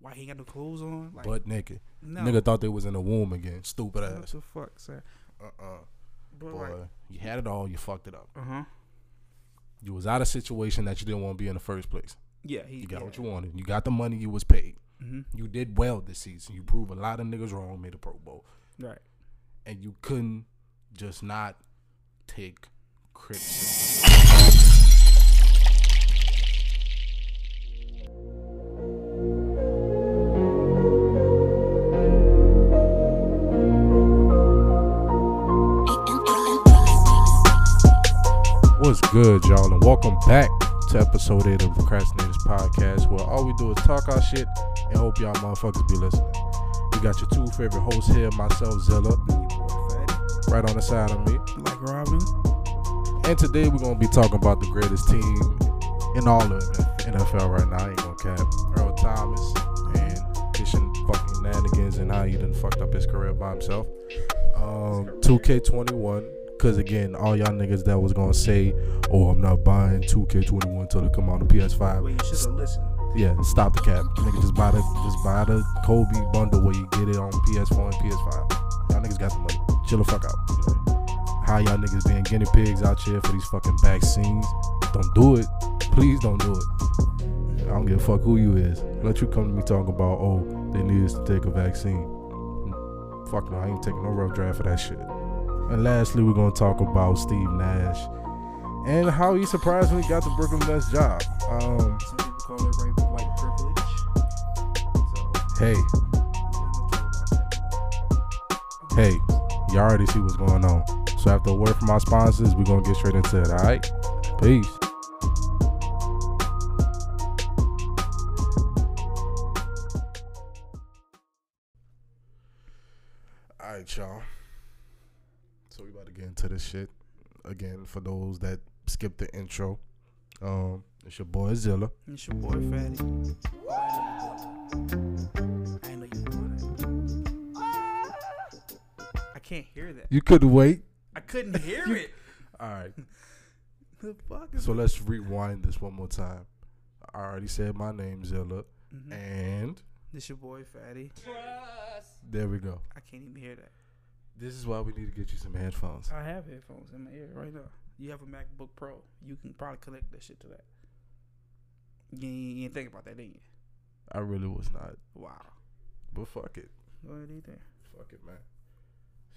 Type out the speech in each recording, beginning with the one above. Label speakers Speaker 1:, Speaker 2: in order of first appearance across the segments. Speaker 1: Why he ain't got no clothes on? Like,
Speaker 2: Butt naked.
Speaker 1: no.
Speaker 2: Nigga thought they was in a womb again. Stupid
Speaker 1: what
Speaker 2: ass.
Speaker 1: the fuck, sir?
Speaker 2: Uh uh
Speaker 1: But
Speaker 2: Boy,
Speaker 1: like,
Speaker 2: you had it all. You fucked it up.
Speaker 1: uh huh.
Speaker 2: You was out of situation that you didn't want to be in the first place.
Speaker 1: Yeah, he
Speaker 2: You got
Speaker 1: yeah.
Speaker 2: what you wanted. You got the money. You was paid.
Speaker 1: Mhm.
Speaker 2: You did well this season. You proved a lot of niggas wrong. Made a Pro Bowl,
Speaker 1: Mm-hmm. Right.
Speaker 2: and you couldn't just not take criticism. What's good, y'all, and welcome back to episode 8 of Procrastinators Podcast, where all we do is talk our shit and hope y'all motherfuckers be listening. We got your two favorite hosts here, myself, Zilla,
Speaker 1: Your boy Fatty,
Speaker 2: right on the side of me.
Speaker 1: like Robin.
Speaker 2: And today we're gonna be talking about the greatest team in all of NFL right now. I ain't gonna cap. Earl Thomas and his fucking shenanigans and how he done fucked up his career by himself. Um, 2K21. Cause again, all y'all niggas that was gonna say, "Oh, I'm not buying 2K21 till it come out on PS5."
Speaker 1: Well, you should have listened.
Speaker 2: Yeah, stop the cap, nigga. Just buy the just buy the Kobe bundle where you get it on PS4 and PS5. Y'all niggas got the money. Chill the fuck out. How y'all niggas being guinea pigs out here for these fucking vaccines? Don't do it. Please don't do it. I don't give a fuck who you is. Let you come to me talking about oh they need us to take a vaccine. Fuck no, I ain't taking no rough draft for that shit. And lastly, we're gonna talk about Steve Nash and how he surprisingly got the Brooklyn Nets job. Um,
Speaker 1: Some people call it right, white privilege. So,
Speaker 2: hey, hey, you already see what's going on. So after a word from our sponsors, we're gonna get straight into it. All right, peace. All right, y'all. So we about to get into this shit again. For those that skipped the intro, um, it's your boy Zilla.
Speaker 1: It's your boy Fatty. Oh, I know you was doing that. I ain't know you was doing that. I can't hear that.
Speaker 2: You could wait.
Speaker 1: I couldn't hear it.
Speaker 2: All right.
Speaker 1: The fuck is
Speaker 2: So let's rewind this one more time. I already said my name, Zilla,
Speaker 1: Mhm.
Speaker 2: and
Speaker 1: This your boy Fatty.
Speaker 2: there we go.
Speaker 1: I can't even hear that.
Speaker 2: This is why we need to get you some headphones.
Speaker 1: I have headphones in my ear right now. You have a MacBook Pro. You can probably connect that shit to that. You ain't, you ain't think about that, did you?
Speaker 2: I really was not,
Speaker 1: Wow.
Speaker 2: but fuck it,
Speaker 1: Go ahead, eat there.
Speaker 2: fuck it, man.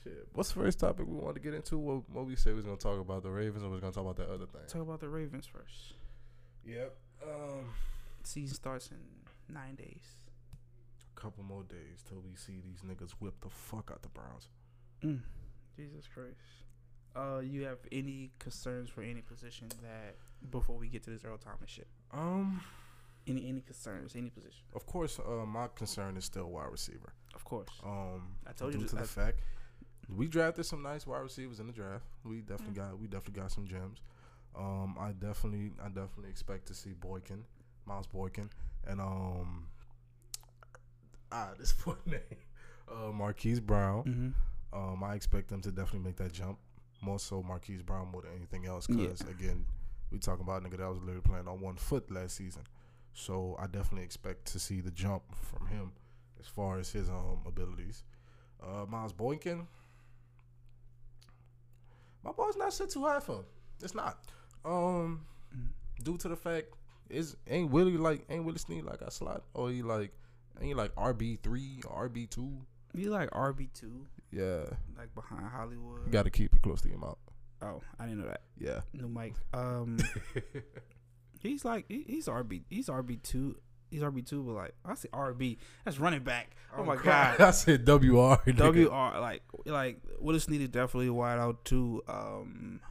Speaker 2: Shit. What's the first topic we wanted to get into? What, what we said we was gonna talk about the Ravens, and we was gonna talk about that other thing.
Speaker 1: Talk about the Ravens first.
Speaker 2: Yep. Um,
Speaker 1: Season starts in nine days.
Speaker 2: a couple more days till we see these niggas whip the fuck out the Browns.
Speaker 1: Mm. Jesus Christ. Uh, you have any concerns for any position that before we get to this Earl Thomas shit?
Speaker 2: Um,
Speaker 1: Any any concerns? Any position?
Speaker 2: of course, uh, my concern is still wide receiver.
Speaker 1: Of course.
Speaker 2: Um,
Speaker 1: I told you
Speaker 2: due
Speaker 1: this-
Speaker 2: to the
Speaker 1: I-
Speaker 2: fact we drafted some nice wide receivers in the draft. We
Speaker 1: Mm.
Speaker 2: definitely got we definitely got some gems. Um, I definitely I definitely expect to see Boykin, Miles Boykin, and um, ah, this poor name, uh, Marquise Brown.
Speaker 1: Mm-hmm.
Speaker 2: Um, I expect them to definitely make that jump. More so Marquise Brown more than anything else,
Speaker 1: Yeah.
Speaker 2: because again, we talking about a nigga that was literally playing on one foot last season. So I definitely expect to see the jump from him as far as his um abilities. Uh, Miles Boykin, my boy's not set too high for him. It's not. Um,
Speaker 1: Mhm.
Speaker 2: due to the fact is ain't Willie like ain't Willie Sneed like a slot or he like ain't he like RB three RB two.
Speaker 1: You like RB two,
Speaker 2: Yeah,
Speaker 1: like behind Hollywood.
Speaker 2: you got to keep it close to your mouth.
Speaker 1: oh, I didn't know that.
Speaker 2: Yeah.
Speaker 1: New Mike. Um, he's like he, he's RB. He's RB two. He's RB two, but like I say RB. That's running back. Oh, my god.
Speaker 2: I said WR. nigga.
Speaker 1: WR like like Willis needed definitely wide out too. Um,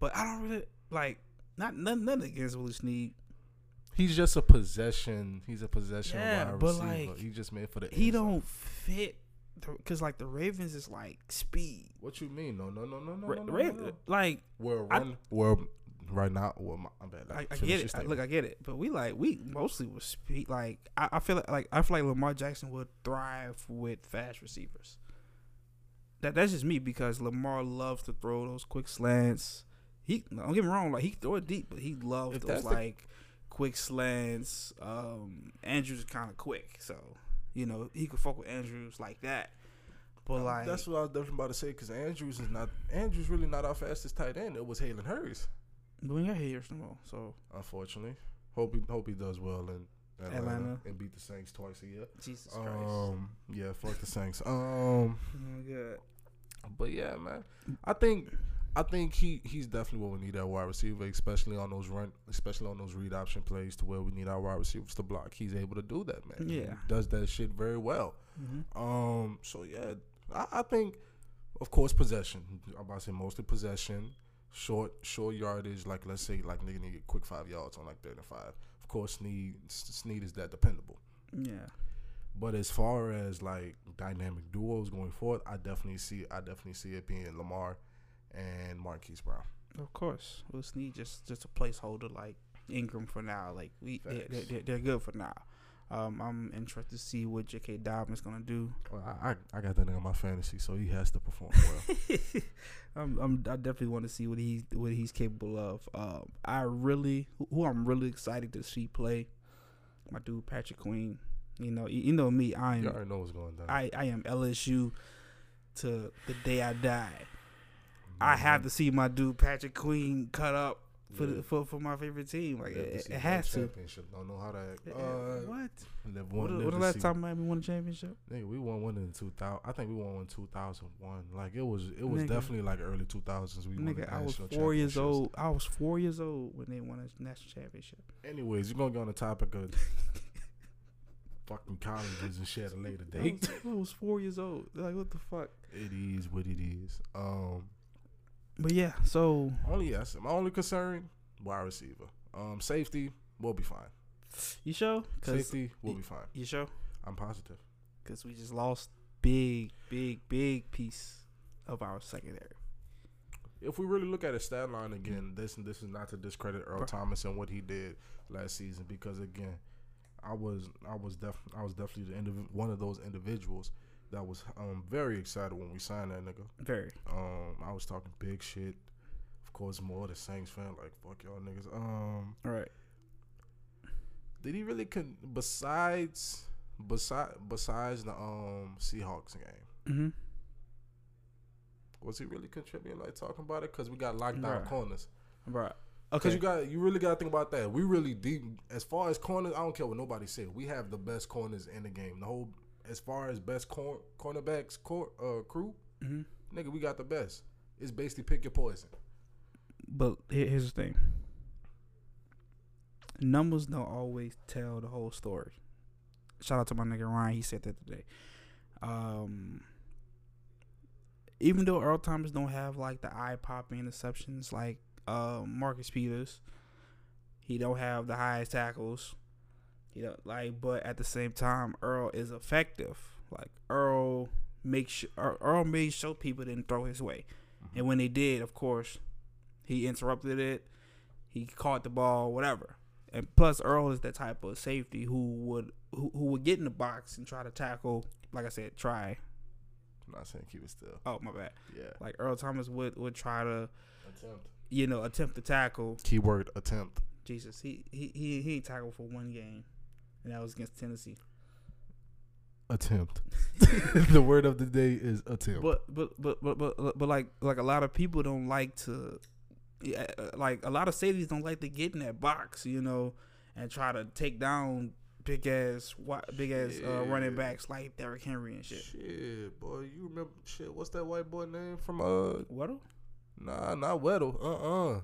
Speaker 1: but I don't really like not nothing, nothing against Willis Need.
Speaker 2: He's just a possession. He's a possession
Speaker 1: Yeah,
Speaker 2: wide
Speaker 1: but,
Speaker 2: receiver.
Speaker 1: like,
Speaker 2: he just made for the.
Speaker 1: He
Speaker 2: end zone.
Speaker 1: don't fit because like the Ravens is like speed.
Speaker 2: What you mean? No, no, no, no, no,
Speaker 1: Ra-
Speaker 2: no, no,
Speaker 1: Ra-
Speaker 2: no.
Speaker 1: like
Speaker 2: We're
Speaker 1: I-
Speaker 2: run. we're right now. Well, my, I'm bad.
Speaker 1: I, I
Speaker 2: finish your
Speaker 1: get it. I,
Speaker 2: statement.
Speaker 1: look, I get it. But we like we mostly was speed. Like I, I feel like, like I feel like Lamar Jackson would thrive with fast receivers. That that's just me because Lamar loves to throw those quick slants. He don't get me wrong, like he can throw it deep, but he loves
Speaker 2: If
Speaker 1: those
Speaker 2: that's the-
Speaker 1: like quick slants. Um, Andrews is kind of quick, so you know he could fuck with Andrews like that. But like
Speaker 2: Um, That's what I was definitely about to say because Andrews is not Andrews really not our fastest tight end. It was Halen Hurries,
Speaker 1: doing your hair tomorrow, so
Speaker 2: unfortunately. Hope he hope he does well in Atlanta,
Speaker 1: Atlanta.
Speaker 2: and beat the Saints twice a year.
Speaker 1: Jesus Christ.
Speaker 2: Um, yeah, fuck the Saints. Um,
Speaker 1: Oh my God.
Speaker 2: but yeah, man, I think I think he he's definitely what we need at wide receiver, especially on those run, especially on those read option plays to where we need our wide receivers to block. He's able to do that, man.
Speaker 1: Yeah.
Speaker 2: he does that shit very well.
Speaker 1: Mhm.
Speaker 2: Um, so yeah, I, I think, of course, possession. I'm about to say mostly possession, short short yardage. Like let's say like nigga need a quick five yards on like third and five. Of course, Snead Snead is that dependable.
Speaker 1: Yeah.
Speaker 2: But as far as like dynamic duos going forward, I definitely see I definitely see it being Lamar and Marquise Brown.
Speaker 1: Of course, we'll sneak just just a placeholder like Ingram for now. Like we, they, they,
Speaker 2: Facts.
Speaker 1: they're, they're good for now. Um, I'm interested to see what J.K. Dobbins gonna do.
Speaker 2: Well, I, I I got that nigga on my fantasy, so he has to perform well.
Speaker 1: I'm, I'm I definitely want to see what he what he's capable of. Um, I really who- who I'm really excited to see play, my dude Patrick Queen. You know, you, you know me. I am
Speaker 2: you already know what's going down.
Speaker 1: I, I am LSU to the day I die. I have to see my dude Patrick Queen cut up for
Speaker 2: Mm-hmm. Yeah.
Speaker 1: the, for, for my favorite team. Like
Speaker 2: Live
Speaker 1: it,
Speaker 2: to
Speaker 1: it
Speaker 2: see
Speaker 1: has
Speaker 2: that
Speaker 1: to.
Speaker 2: Championship. Don't know how to act.
Speaker 1: Yeah,
Speaker 2: Uh,
Speaker 1: what? What,
Speaker 2: live one, live
Speaker 1: what the
Speaker 2: to
Speaker 1: last
Speaker 2: see.
Speaker 1: time Miami won a championship?
Speaker 2: Nigga, we won one in two thousand. I think we won one two thousand one. Like it was, it was
Speaker 1: Nigga.
Speaker 2: definitely like early two thousands. We won the
Speaker 1: Nigga, I was
Speaker 2: national
Speaker 1: four years
Speaker 2: championships.
Speaker 1: old. I was four years old when they won a national championship.
Speaker 2: Anyways, you're gonna get on the topic of fucking colleges and shit at a later
Speaker 1: I
Speaker 2: date.
Speaker 1: was, I was four years old. Like what the fuck?
Speaker 2: It is what it is. Um,
Speaker 1: But yeah, so
Speaker 2: only yes. My only concern, wide receiver. Um, safety, we'll be fine.
Speaker 1: you sure? Cause
Speaker 2: Safety, we'll be fine.
Speaker 1: you sure?
Speaker 2: I'm positive.
Speaker 1: Cause we just lost big, big, big piece of our secondary.
Speaker 2: If we really look at his stat line again, this and this is not to discredit Earl
Speaker 1: Bro.
Speaker 2: Thomas and what he did last season because again, I was I was def I was definitely the indiv- one of those individuals that was um very excited when we signed that nigga.
Speaker 1: Very.
Speaker 2: Um, I was talking big shit. Of course, more of the Saints fan like fuck y'all niggas. Um,
Speaker 1: All right.
Speaker 2: did he really con- besides besides besides the um Seahawks game?
Speaker 1: Mm-hmm.
Speaker 2: Was he really contributing like talking about it? Cause we got lockdown
Speaker 1: Bruh.
Speaker 2: corners.
Speaker 1: Bro.
Speaker 2: Oh, Cause
Speaker 1: Okay.
Speaker 2: you got you really got to think about that. We really deep as far as corners. I don't care what nobody say. We have the best corners in the game. The whole as far as best cor- cornerbacks cor- uh, crew,
Speaker 1: mm-hmm.
Speaker 2: nigga, we got the best. It's basically pick your poison.
Speaker 1: But here- here's the thing. Numbers don't always tell the whole story. Shout out to my nigga Ryan. He said that today. Um, even though Earl Thomas don't have like the eye popping interceptions like uh, Marcus Peters, he don't have the highest tackles. He don't like, but at the same time, Earl is effective. Like Earl makes su- Earl Earl made sure people didn't throw his way, and when they did, of course, he interrupted it. He caught the ball, whatever. And plus, Earl is that type of safety who would who, who would get in the box and try to tackle. Like I said, try.
Speaker 2: I'm not saying keep it still.
Speaker 1: Oh my bad.
Speaker 2: Yeah,
Speaker 1: Like Earl Thomas would would try to
Speaker 2: attempt.
Speaker 1: you know attempt to tackle.
Speaker 2: Keyword attempt.
Speaker 1: Jesus, he he he, he ain't tackled for one game, and that was against Tennessee.
Speaker 2: Attempt. the word of the day is attempt.
Speaker 1: But but but but but but like like a lot of people don't like to, yeah, uh, like a lot of safeties don't like to get in that box, you know, and try to take down big ass wi- big ass uh, running
Speaker 2: Shit.
Speaker 1: backs like Derrick Henry and shit.
Speaker 2: shit, boy, you remember shit? What's that white boy name from? Uh,
Speaker 1: What? What
Speaker 2: nah, not Weddle. Uh, uh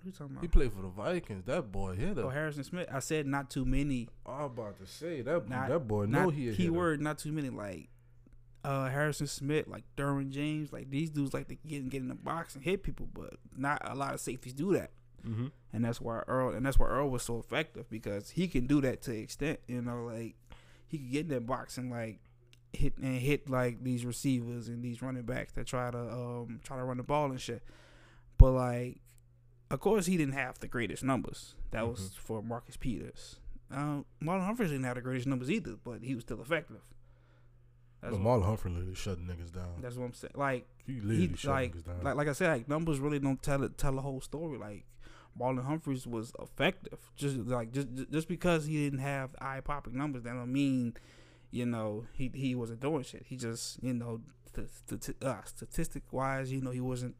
Speaker 1: are you talking
Speaker 2: He
Speaker 1: about?
Speaker 2: played for the Vikings. That boy hit
Speaker 1: Oh,
Speaker 2: a
Speaker 1: Harrison Smith. I said not too many.
Speaker 2: I'm about to say that
Speaker 1: Not-
Speaker 2: that boy know
Speaker 1: Not
Speaker 2: he a hitter.
Speaker 1: keyword. Not too many. Like uh, Harrison Smith, like Derwin James, like these dudes like to get get in the box and hit people, but not a lot of safeties do that.
Speaker 2: Mm-hmm.
Speaker 1: and that's why Earl and that's why Earl was so effective because he can do that to extent, you know, like he could get in that box and like hit and hit like these receivers and these running backs that try to um try to run the ball and shit. But like, of course, he didn't have the greatest numbers. That was for Marcus Peters. Um, Marlon Humphreys didn't have the greatest numbers either, but he was still effective. That's, what,
Speaker 2: Marlon Humphrey literally shutting niggas down.
Speaker 1: that's what I'm saying. Like
Speaker 2: He
Speaker 1: he
Speaker 2: literally shut
Speaker 1: like
Speaker 2: niggas down.
Speaker 1: like like I said, like numbers really don't tell it tell the whole story. Like Marlon Humphreys was effective. Just like just just because he didn't have eye popping numbers, that don't mean you know he he wasn't doing shit. He just you know st- st- uh, statistic wise, you know he wasn't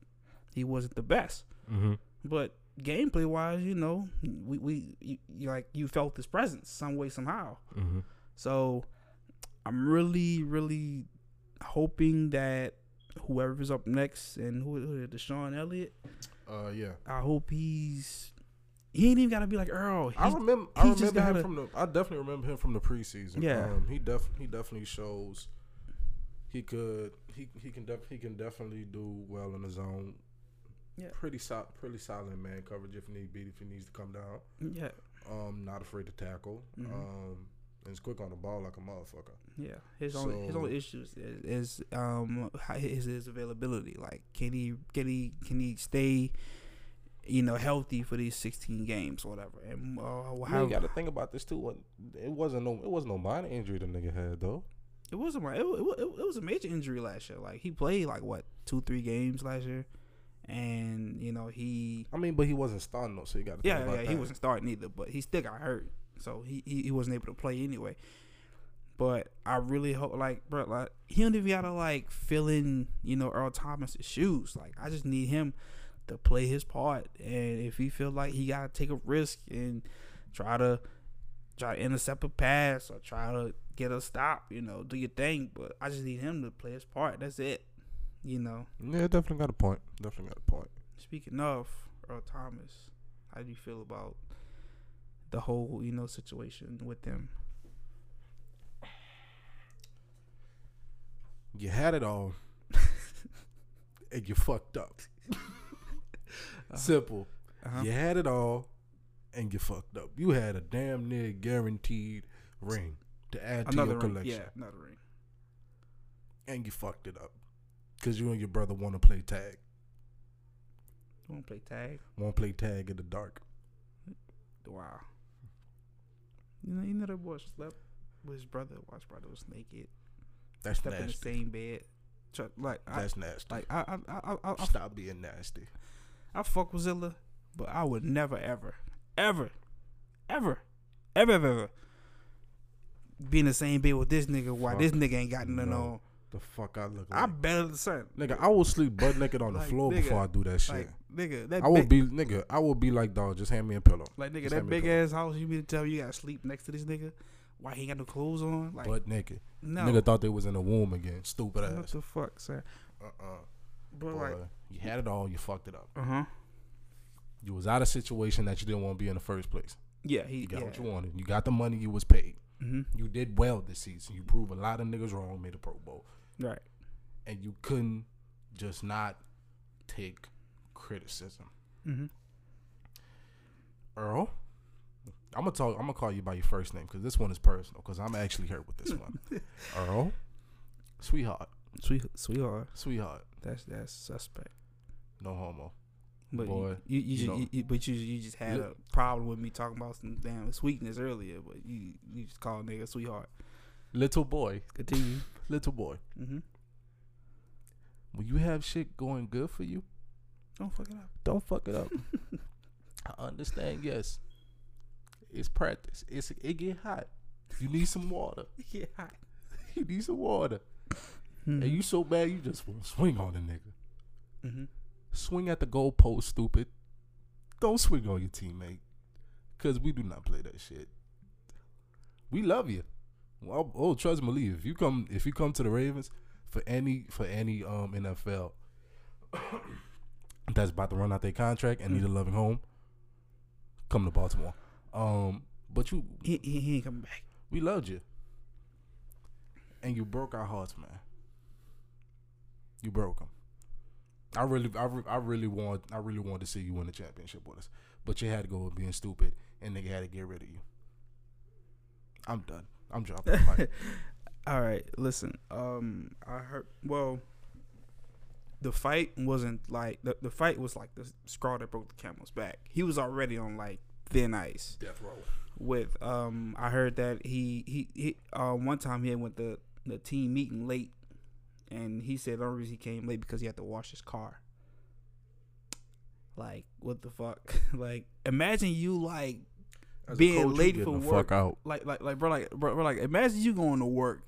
Speaker 1: he wasn't the best.
Speaker 3: Mm-hmm.
Speaker 1: But gameplay wise, you know we we you, you like you felt his presence some way somehow.
Speaker 3: Mm-hmm.
Speaker 1: So I'm really, really hoping that whoever's up next and who, who Deshaun Elliott,
Speaker 2: Uh, yeah.
Speaker 1: I hope he's he ain't even gotta be like Earl.
Speaker 2: I
Speaker 1: He's,
Speaker 2: remember.
Speaker 1: he
Speaker 2: I
Speaker 1: just
Speaker 2: remember him
Speaker 1: gotta-
Speaker 2: from the. I definitely remember him from the preseason.
Speaker 1: Yeah.
Speaker 2: um, he def he definitely shows. He could. He he can def, he can definitely do well in the zone.
Speaker 1: Yeah.
Speaker 2: Pretty solid. Pretty solid in man coverage if need be. If he needs to come down.
Speaker 1: yeah,
Speaker 2: Um, not afraid to tackle.
Speaker 1: Mhm.
Speaker 2: Um, and he's quick on the ball like a motherfucker.
Speaker 1: yeah. His only his
Speaker 2: So-
Speaker 1: only issues is, is um how- is his availability. Like, can he can he can he stay? You know, healthy for these 16 games or whatever, and uh,
Speaker 2: Man,
Speaker 1: how
Speaker 2: you got to think about this too. What- It wasn't no. It wasn't no minor injury the nigga had though.
Speaker 1: it wasn't my it, wa- it, wa- it was a major injury last year. Like he played like what two three games last year, and you know he
Speaker 2: I mean, but he wasn't starting though, so you got to think
Speaker 1: Yeah,
Speaker 2: about
Speaker 1: yeah,
Speaker 2: that.
Speaker 1: he wasn't starting either, but he still got hurt, so he, he, he wasn't able to play anyway. But I really hope, like, bro, like he don't even gotta like fill in, you know, Earl Thomas's shoes. Like, I just need him to play his part, and if he feel like he gotta take a risk and try to try to intercept a pass or try to get a stop, you know, do your thing. But I just need him to play his part. That's it, you know.
Speaker 2: Yeah, definitely got a point. Definitely got a point.
Speaker 1: Speaking of Earl Thomas, how do you feel about the whole you know situation with them?
Speaker 2: You had it all, and you fucked up. Simple.
Speaker 1: Uh-huh.
Speaker 2: You had it all, and you fucked up. You had a damn near guaranteed ring to add to
Speaker 1: another
Speaker 2: your
Speaker 1: ring.
Speaker 2: collection,
Speaker 1: Yeah, another ring.
Speaker 2: and you fucked it up because you and your brother want to play tag.
Speaker 1: You want to play tag?
Speaker 2: Want to play tag in the dark.
Speaker 1: Wow. You know, you know that boy slept with his brother. While his brother was naked.
Speaker 2: That's
Speaker 1: Slept in the
Speaker 2: nasty.
Speaker 1: same bed. Tr- Like I,
Speaker 2: That's nasty.
Speaker 1: like I, I, I, I, I, I,
Speaker 2: Stop being nasty.
Speaker 1: I fuck with Zilla, but I would never, ever, ever, ever, ever, ever, ever be in the same bed with this nigga. Why this
Speaker 2: Fuck
Speaker 1: nigga ain't got nothing
Speaker 2: no.
Speaker 1: on?
Speaker 2: The fuck I look like.
Speaker 1: I'm better than son.
Speaker 2: nigga, I will sleep butt naked on the
Speaker 1: Like,
Speaker 2: floor
Speaker 1: nigga,
Speaker 2: before I do that shit.
Speaker 1: Like nigga, that
Speaker 2: I will
Speaker 1: big,
Speaker 2: be nigga. I will be like dog. Just hand me a pillow.
Speaker 1: like nigga
Speaker 2: just
Speaker 1: that
Speaker 2: hand me a
Speaker 1: big
Speaker 2: pillow.
Speaker 1: ass house. You mean to tell me you gotta sleep next to this nigga? Why he ain't got no clothes on? Like
Speaker 2: butt naked.
Speaker 1: no,
Speaker 2: Nigga thought they was in a womb again. Stupid
Speaker 1: what
Speaker 2: ass.
Speaker 1: the fuck, sir?
Speaker 2: Uh uh
Speaker 1: But like,
Speaker 2: you had it all. You fucked it up.
Speaker 1: uh huh.
Speaker 2: You was out of situation that you didn't want to be in the first place.
Speaker 1: Yeah, he
Speaker 2: You got
Speaker 1: yeah.
Speaker 2: what you wanted. You got the money. You was paid.
Speaker 1: Mhm.
Speaker 2: You did well this season. You proved a lot of niggas wrong. Made a Pro Bowl,
Speaker 1: Mm-hmm. Right.
Speaker 2: and you couldn't just not take criticism.
Speaker 1: Mhm.
Speaker 2: Earl, I'm gonna talk. I'm gonna call you by your first name because this one is personal. Because I'm actually hurt with this one. Earl, sweetheart,
Speaker 1: Sweet sweetheart,
Speaker 2: sweetheart,
Speaker 1: that's that's suspect.
Speaker 2: no homo.
Speaker 1: But
Speaker 2: Boy,
Speaker 1: you, you, you,
Speaker 2: you
Speaker 1: ju-
Speaker 2: know.
Speaker 1: you- you- but you you just had
Speaker 2: Look.
Speaker 1: a problem with me talking about some damn sweetness earlier. But you you just called nigga sweetheart.
Speaker 2: Little boy,
Speaker 1: Continue.
Speaker 2: little boy.
Speaker 1: mm-hmm.
Speaker 2: When you have shit going good for you,
Speaker 1: Don't fuck it up.
Speaker 2: don't fuck it up. I understand. Yes, it's practice. It's it get hot. You need some water.
Speaker 1: Yeah.
Speaker 2: You need some water. And you so bad you just want to swing on the nigga.
Speaker 1: Mm-hmm.
Speaker 2: Swing at the goalpost, stupid. Don't swing on your teammate, cause we do not play that shit. We love you. Well, oh, trust me, Lee, if you come if you come to the Ravens for any for any um NFL that's about to run out their contract and need a loving home, come to Baltimore. Um, but you
Speaker 1: He, he he ain't coming back.
Speaker 2: we loved you. And you broke our hearts, man. You broke them. I really, I, re- I really want, I really wanted to see you win the championship with us, but you had to go with being stupid, and nigga had to get rid of you. I'm done. I'm dropping. the mic.
Speaker 1: All right, listen. Um, I heard. Well, the fight wasn't like the, the fight was like the straw that broke the camel's back. He was already on like thin ice.
Speaker 2: Death row.
Speaker 1: With um, I heard that he he he uh, one time he had went the the team meeting late, and he said the only reason he came late because he had to wash his car. Like, what the fuck? like, imagine you like
Speaker 2: As a
Speaker 1: being
Speaker 2: coach, you
Speaker 1: late
Speaker 2: getting
Speaker 1: for
Speaker 2: the
Speaker 1: work.
Speaker 2: Fuck out.
Speaker 1: like like like bro like bro, bro like imagine you going to work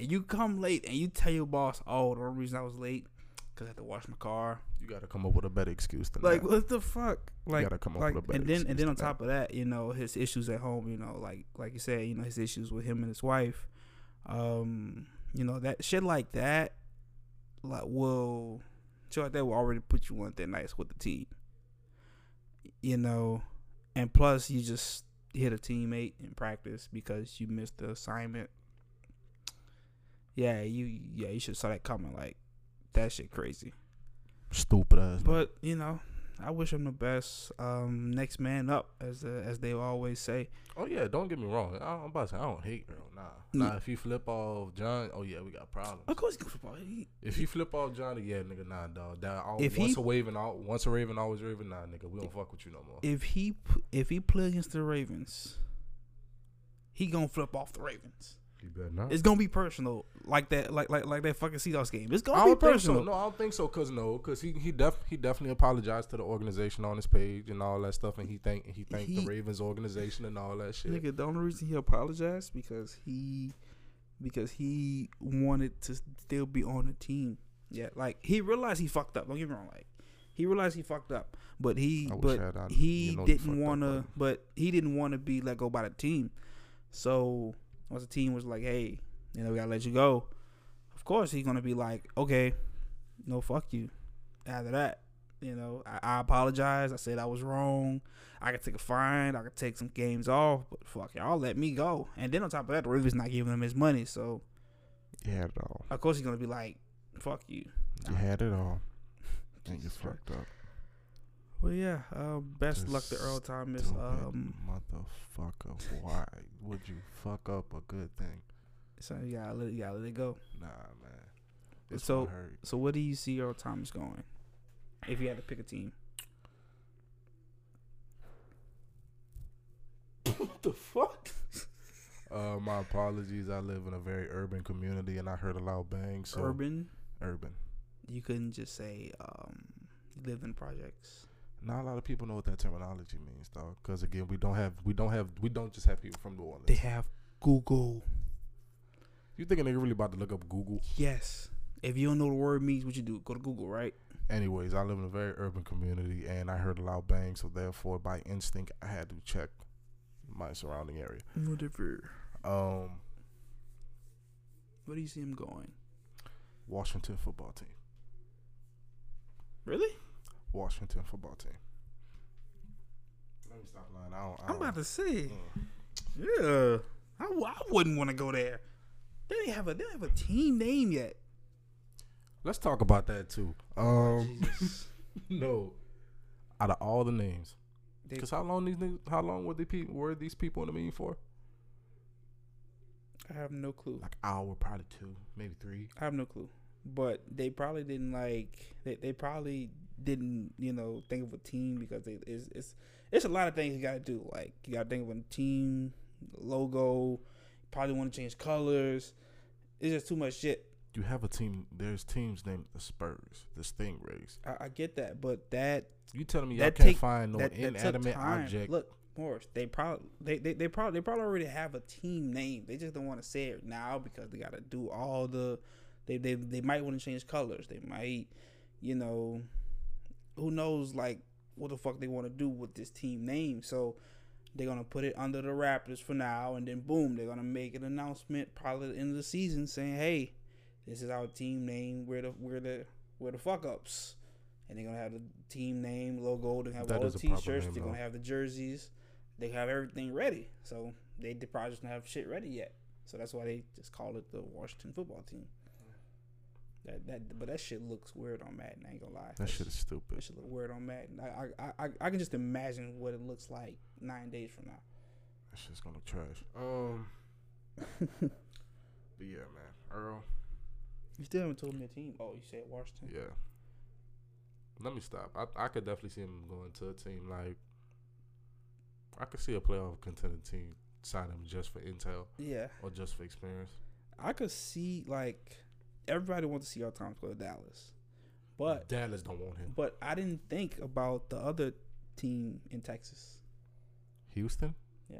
Speaker 1: and you come late and you tell your boss oh the only reason I was late because I had to wash my car
Speaker 2: You gotta come up with a better excuse than
Speaker 1: like
Speaker 2: that.
Speaker 1: what the fuck
Speaker 2: you
Speaker 1: like
Speaker 2: gotta come up
Speaker 1: like
Speaker 2: with a better
Speaker 1: and then and
Speaker 2: excuse
Speaker 1: then on
Speaker 2: than that.
Speaker 1: top of that you know his issues at home you know like like you said you know his issues with him and his wife um you know that shit like that like will shit like that will already put you on thin nice with the team you know and plus you just hit a teammate in practice because you missed the assignment yeah you yeah you should saw that coming like that shit crazy
Speaker 3: Stupid ass.
Speaker 1: but you know, I wish him the best. Um, next man up, as uh, as they always say.
Speaker 2: Oh yeah, don't get me wrong. I, I'm about to say I don't hate Earl. Nah, nah. If you flip off John, oh yeah, we got problems.
Speaker 1: Of course, he can football. He,
Speaker 2: If you flip off Johnny, yeah, nigga, nah, dog. That all,
Speaker 1: If
Speaker 2: once
Speaker 1: he-
Speaker 2: a waving, all, once a raven, always raven. Nah, nigga, we don't fuck with you no more.
Speaker 1: if he p- if he play against the Ravens, he gonna flip off the Ravens.
Speaker 2: you better not.
Speaker 1: It's gonna be personal, like that, like like like that fucking Seahawks game. It's
Speaker 2: I
Speaker 1: gonna be
Speaker 2: don't think so.
Speaker 1: personal.
Speaker 2: No, I don't think so. Cause no, cause he he def he definitely apologized to the organization on his page and all that stuff, and he thank he thanked
Speaker 1: He-
Speaker 2: the Ravens organization and all that shit.
Speaker 1: Nigga, the only reason he apologized because he because he wanted to still be on the team. Yeah, like he realized he fucked up. Don't get me wrong, like he realized he fucked up, but he
Speaker 2: I wish
Speaker 1: but
Speaker 2: I had- I-
Speaker 1: he
Speaker 2: you know you fucked
Speaker 1: didn't
Speaker 2: up,
Speaker 1: want to,
Speaker 2: buddy.
Speaker 1: but he didn't want to be let go by the team. So once the team was like, "Hey, you know, we gotta let you go," of course he's gonna be like, "Okay, no, fuck you." After that, you know, I, I apologize. I said I was wrong. I could take a fine. I could take some games off, but fuck y'all, let me go. And then on top of that, the Ravens not giving him his money, so
Speaker 3: You had it all.
Speaker 1: of course he's gonna be like, "Fuck you."
Speaker 3: You had it all. And you
Speaker 1: Jesus Christ.
Speaker 3: fucked up.
Speaker 1: Well, yeah. Um, best luck to Earl Thomas.
Speaker 3: Stupid
Speaker 1: Um,
Speaker 3: motherfucker. Why would you fuck up a good thing?
Speaker 1: so you gotta let, you gotta let it go.
Speaker 3: Nah, man. It's
Speaker 1: So-
Speaker 3: so hurt.
Speaker 1: So where do you see Earl Thomas going? If you had to pick a team,
Speaker 2: What the fuck? Uh, my apologies. I live in a very urban community, and I heard a loud bang. So
Speaker 1: urban,
Speaker 2: urban.
Speaker 1: you couldn't just say um, you live in projects.
Speaker 2: Not a lot of people know what that terminology means, dog. Because again, we don't have, we don't have, we don't just have people from New Orleans.
Speaker 1: have Google.
Speaker 2: You think a nigga really about to look up Google?
Speaker 1: Yes. If you don't know the word means, what you do? Go to Google, right?
Speaker 2: Anyways, I live in a very urban community, and I heard a loud bang. So therefore, by instinct, I had to check my surrounding area.
Speaker 1: Whatever.
Speaker 2: Um,
Speaker 1: Where do you see him going?
Speaker 2: Washington football team.
Speaker 1: Really?
Speaker 2: Washington football team. Let me stop lying. I don't. I
Speaker 1: I'm about to say.
Speaker 2: Mm.
Speaker 1: Yeah. I, w- I wouldn't want to go there. They didn't have a they don't have a team name yet.
Speaker 2: Let's talk about that too. Um,
Speaker 1: Jesus.
Speaker 2: no. Out of all the names,
Speaker 1: They-
Speaker 2: because how long these niggas, how long were the people were these people in the meeting for?
Speaker 1: I have no clue.
Speaker 2: Like hour, probably two, maybe three.
Speaker 1: I have no clue. But they probably didn't like they, they probably didn't, you know, think of a team because they, it's it's it's a lot of things you gotta do. Like you gotta think of a team, logo, probably wanna change colors. It's just too much shit.
Speaker 2: You have a team. There's teams named the Spurs, the Stingrays.
Speaker 1: I, I get that, but that
Speaker 2: You telling me y'all
Speaker 1: That
Speaker 2: can't
Speaker 1: take-
Speaker 2: find no
Speaker 1: that, that took
Speaker 2: inanimate
Speaker 1: time.
Speaker 2: object?
Speaker 1: Look, Morris, they probably they, they, they probably they probably already have a team name. They just don't want to say it now because they got to do all the. They they they might want to change colors. They might, you know, who knows like what the fuck they want to do with this team name. So they're gonna put it under the Raptors for now, and then boom, they're gonna make an announcement probably at the end of the season saying, "Hey, this is our team name. We're the we're the we're the fuck ups." And they're gonna have the team name, logo. They have
Speaker 2: That
Speaker 1: all
Speaker 2: is
Speaker 1: the
Speaker 2: a proper
Speaker 1: t-shirts.
Speaker 2: name,
Speaker 1: They're gonna
Speaker 2: though.
Speaker 1: have the jerseys. They have everything ready. So they they probably just don't have shit ready yet. So that's why they just call it the Washington Football Team. That that but that shit looks weird on Madden. I ain't gonna lie.
Speaker 2: that
Speaker 1: That's-
Speaker 2: shit is
Speaker 1: that
Speaker 2: stupid.
Speaker 1: should look weird on Madden. I, I, I, I can just imagine what it looks like nine days from now.
Speaker 2: That shit's gonna look trash. Um, but yeah, man, Earl.
Speaker 1: you still haven't told me a team. Oh, you said Washington.
Speaker 2: Yeah. Let me stop. I I could definitely see him going to a team like. I could see a playoff contending team sign him just for intel
Speaker 1: Yeah,
Speaker 2: or just for experience.
Speaker 1: I could see like everybody wants to see our Thomas go to Dallas, But
Speaker 2: Dallas don't want him.
Speaker 1: but I didn't think about the other team in Texas.
Speaker 2: Houston?
Speaker 1: Yeah,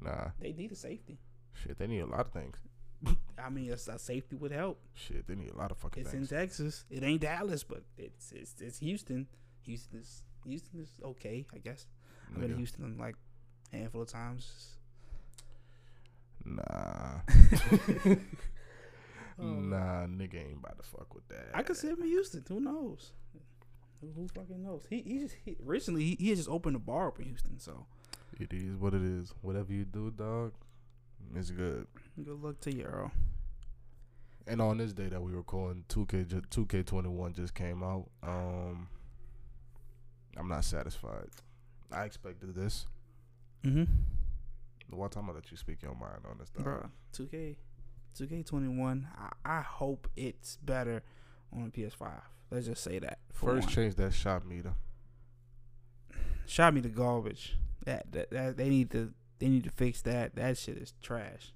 Speaker 2: Nah.
Speaker 1: they need a safety.
Speaker 2: Shit, they need a lot of things.
Speaker 1: I mean, it's, a safety would help.
Speaker 2: Shit, they need a lot of fucking
Speaker 1: It's in
Speaker 2: things.
Speaker 1: Texas. It ain't Dallas, but it's it's it's Houston. Houston is Houston is okay, I guess. I've been to
Speaker 2: Nigga.
Speaker 1: Houston like a handful of times.
Speaker 2: Nah.
Speaker 1: Um,
Speaker 2: nah, nigga ain't about to fuck with that.
Speaker 1: I could see him in Houston. Who knows? Who, who fucking knows? He he just he, recently he, he had just opened a bar up in Houston. So
Speaker 2: It is what it is. Whatever you do, dog, it's good.
Speaker 1: good luck to you, Earl.
Speaker 2: And on this day that we recording, 2K ju- 2K21 just came out. Um I'm not satisfied. I expected this.
Speaker 1: Mm-hmm.
Speaker 2: What time I let you speak your mind on this dog?
Speaker 1: Bro, two K, two K twenty one. I I hope it's better on PS five. Let's just say that. for
Speaker 2: First
Speaker 1: one.
Speaker 2: change that shop meter.
Speaker 1: shot me the garbage. That, that that they need to they need to fix that. That shit is trash.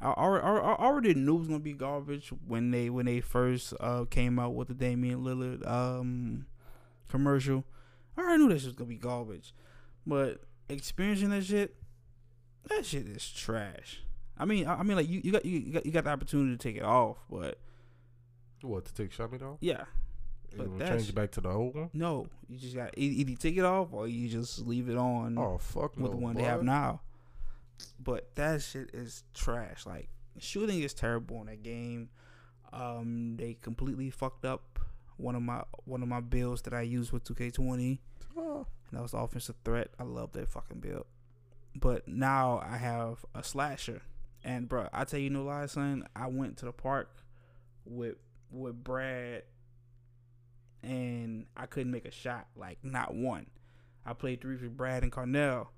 Speaker 1: I already, I already knew it was gonna be garbage when they when they first uh, came out with the Damian Lillard um commercial. I already knew that shit was gonna be garbage, but experiencing that shit, that shit is trash. I mean, I, I mean, like you, you got you, you got you got the opportunity to take it off, but
Speaker 2: What to take shop meter off?
Speaker 1: yeah, But
Speaker 2: You gonna
Speaker 1: that's-
Speaker 2: change it back to the old one?
Speaker 1: no, you just got e- either you take it off or you just leave it on.
Speaker 2: Oh fuck no.
Speaker 1: with the one they
Speaker 2: boy.
Speaker 1: have now. But that shit is trash. Like shooting is terrible in that game. Um, they completely fucked up one of my one of my builds that I used with 2K20,
Speaker 2: Oh.
Speaker 1: and that was the offensive threat. I love that fucking build. But now I have a slasher, and bruh, I tell you no lie, son. I went to the park with with Brad, and I couldn't make a shot, like not one. I played three for Brad and Carnell.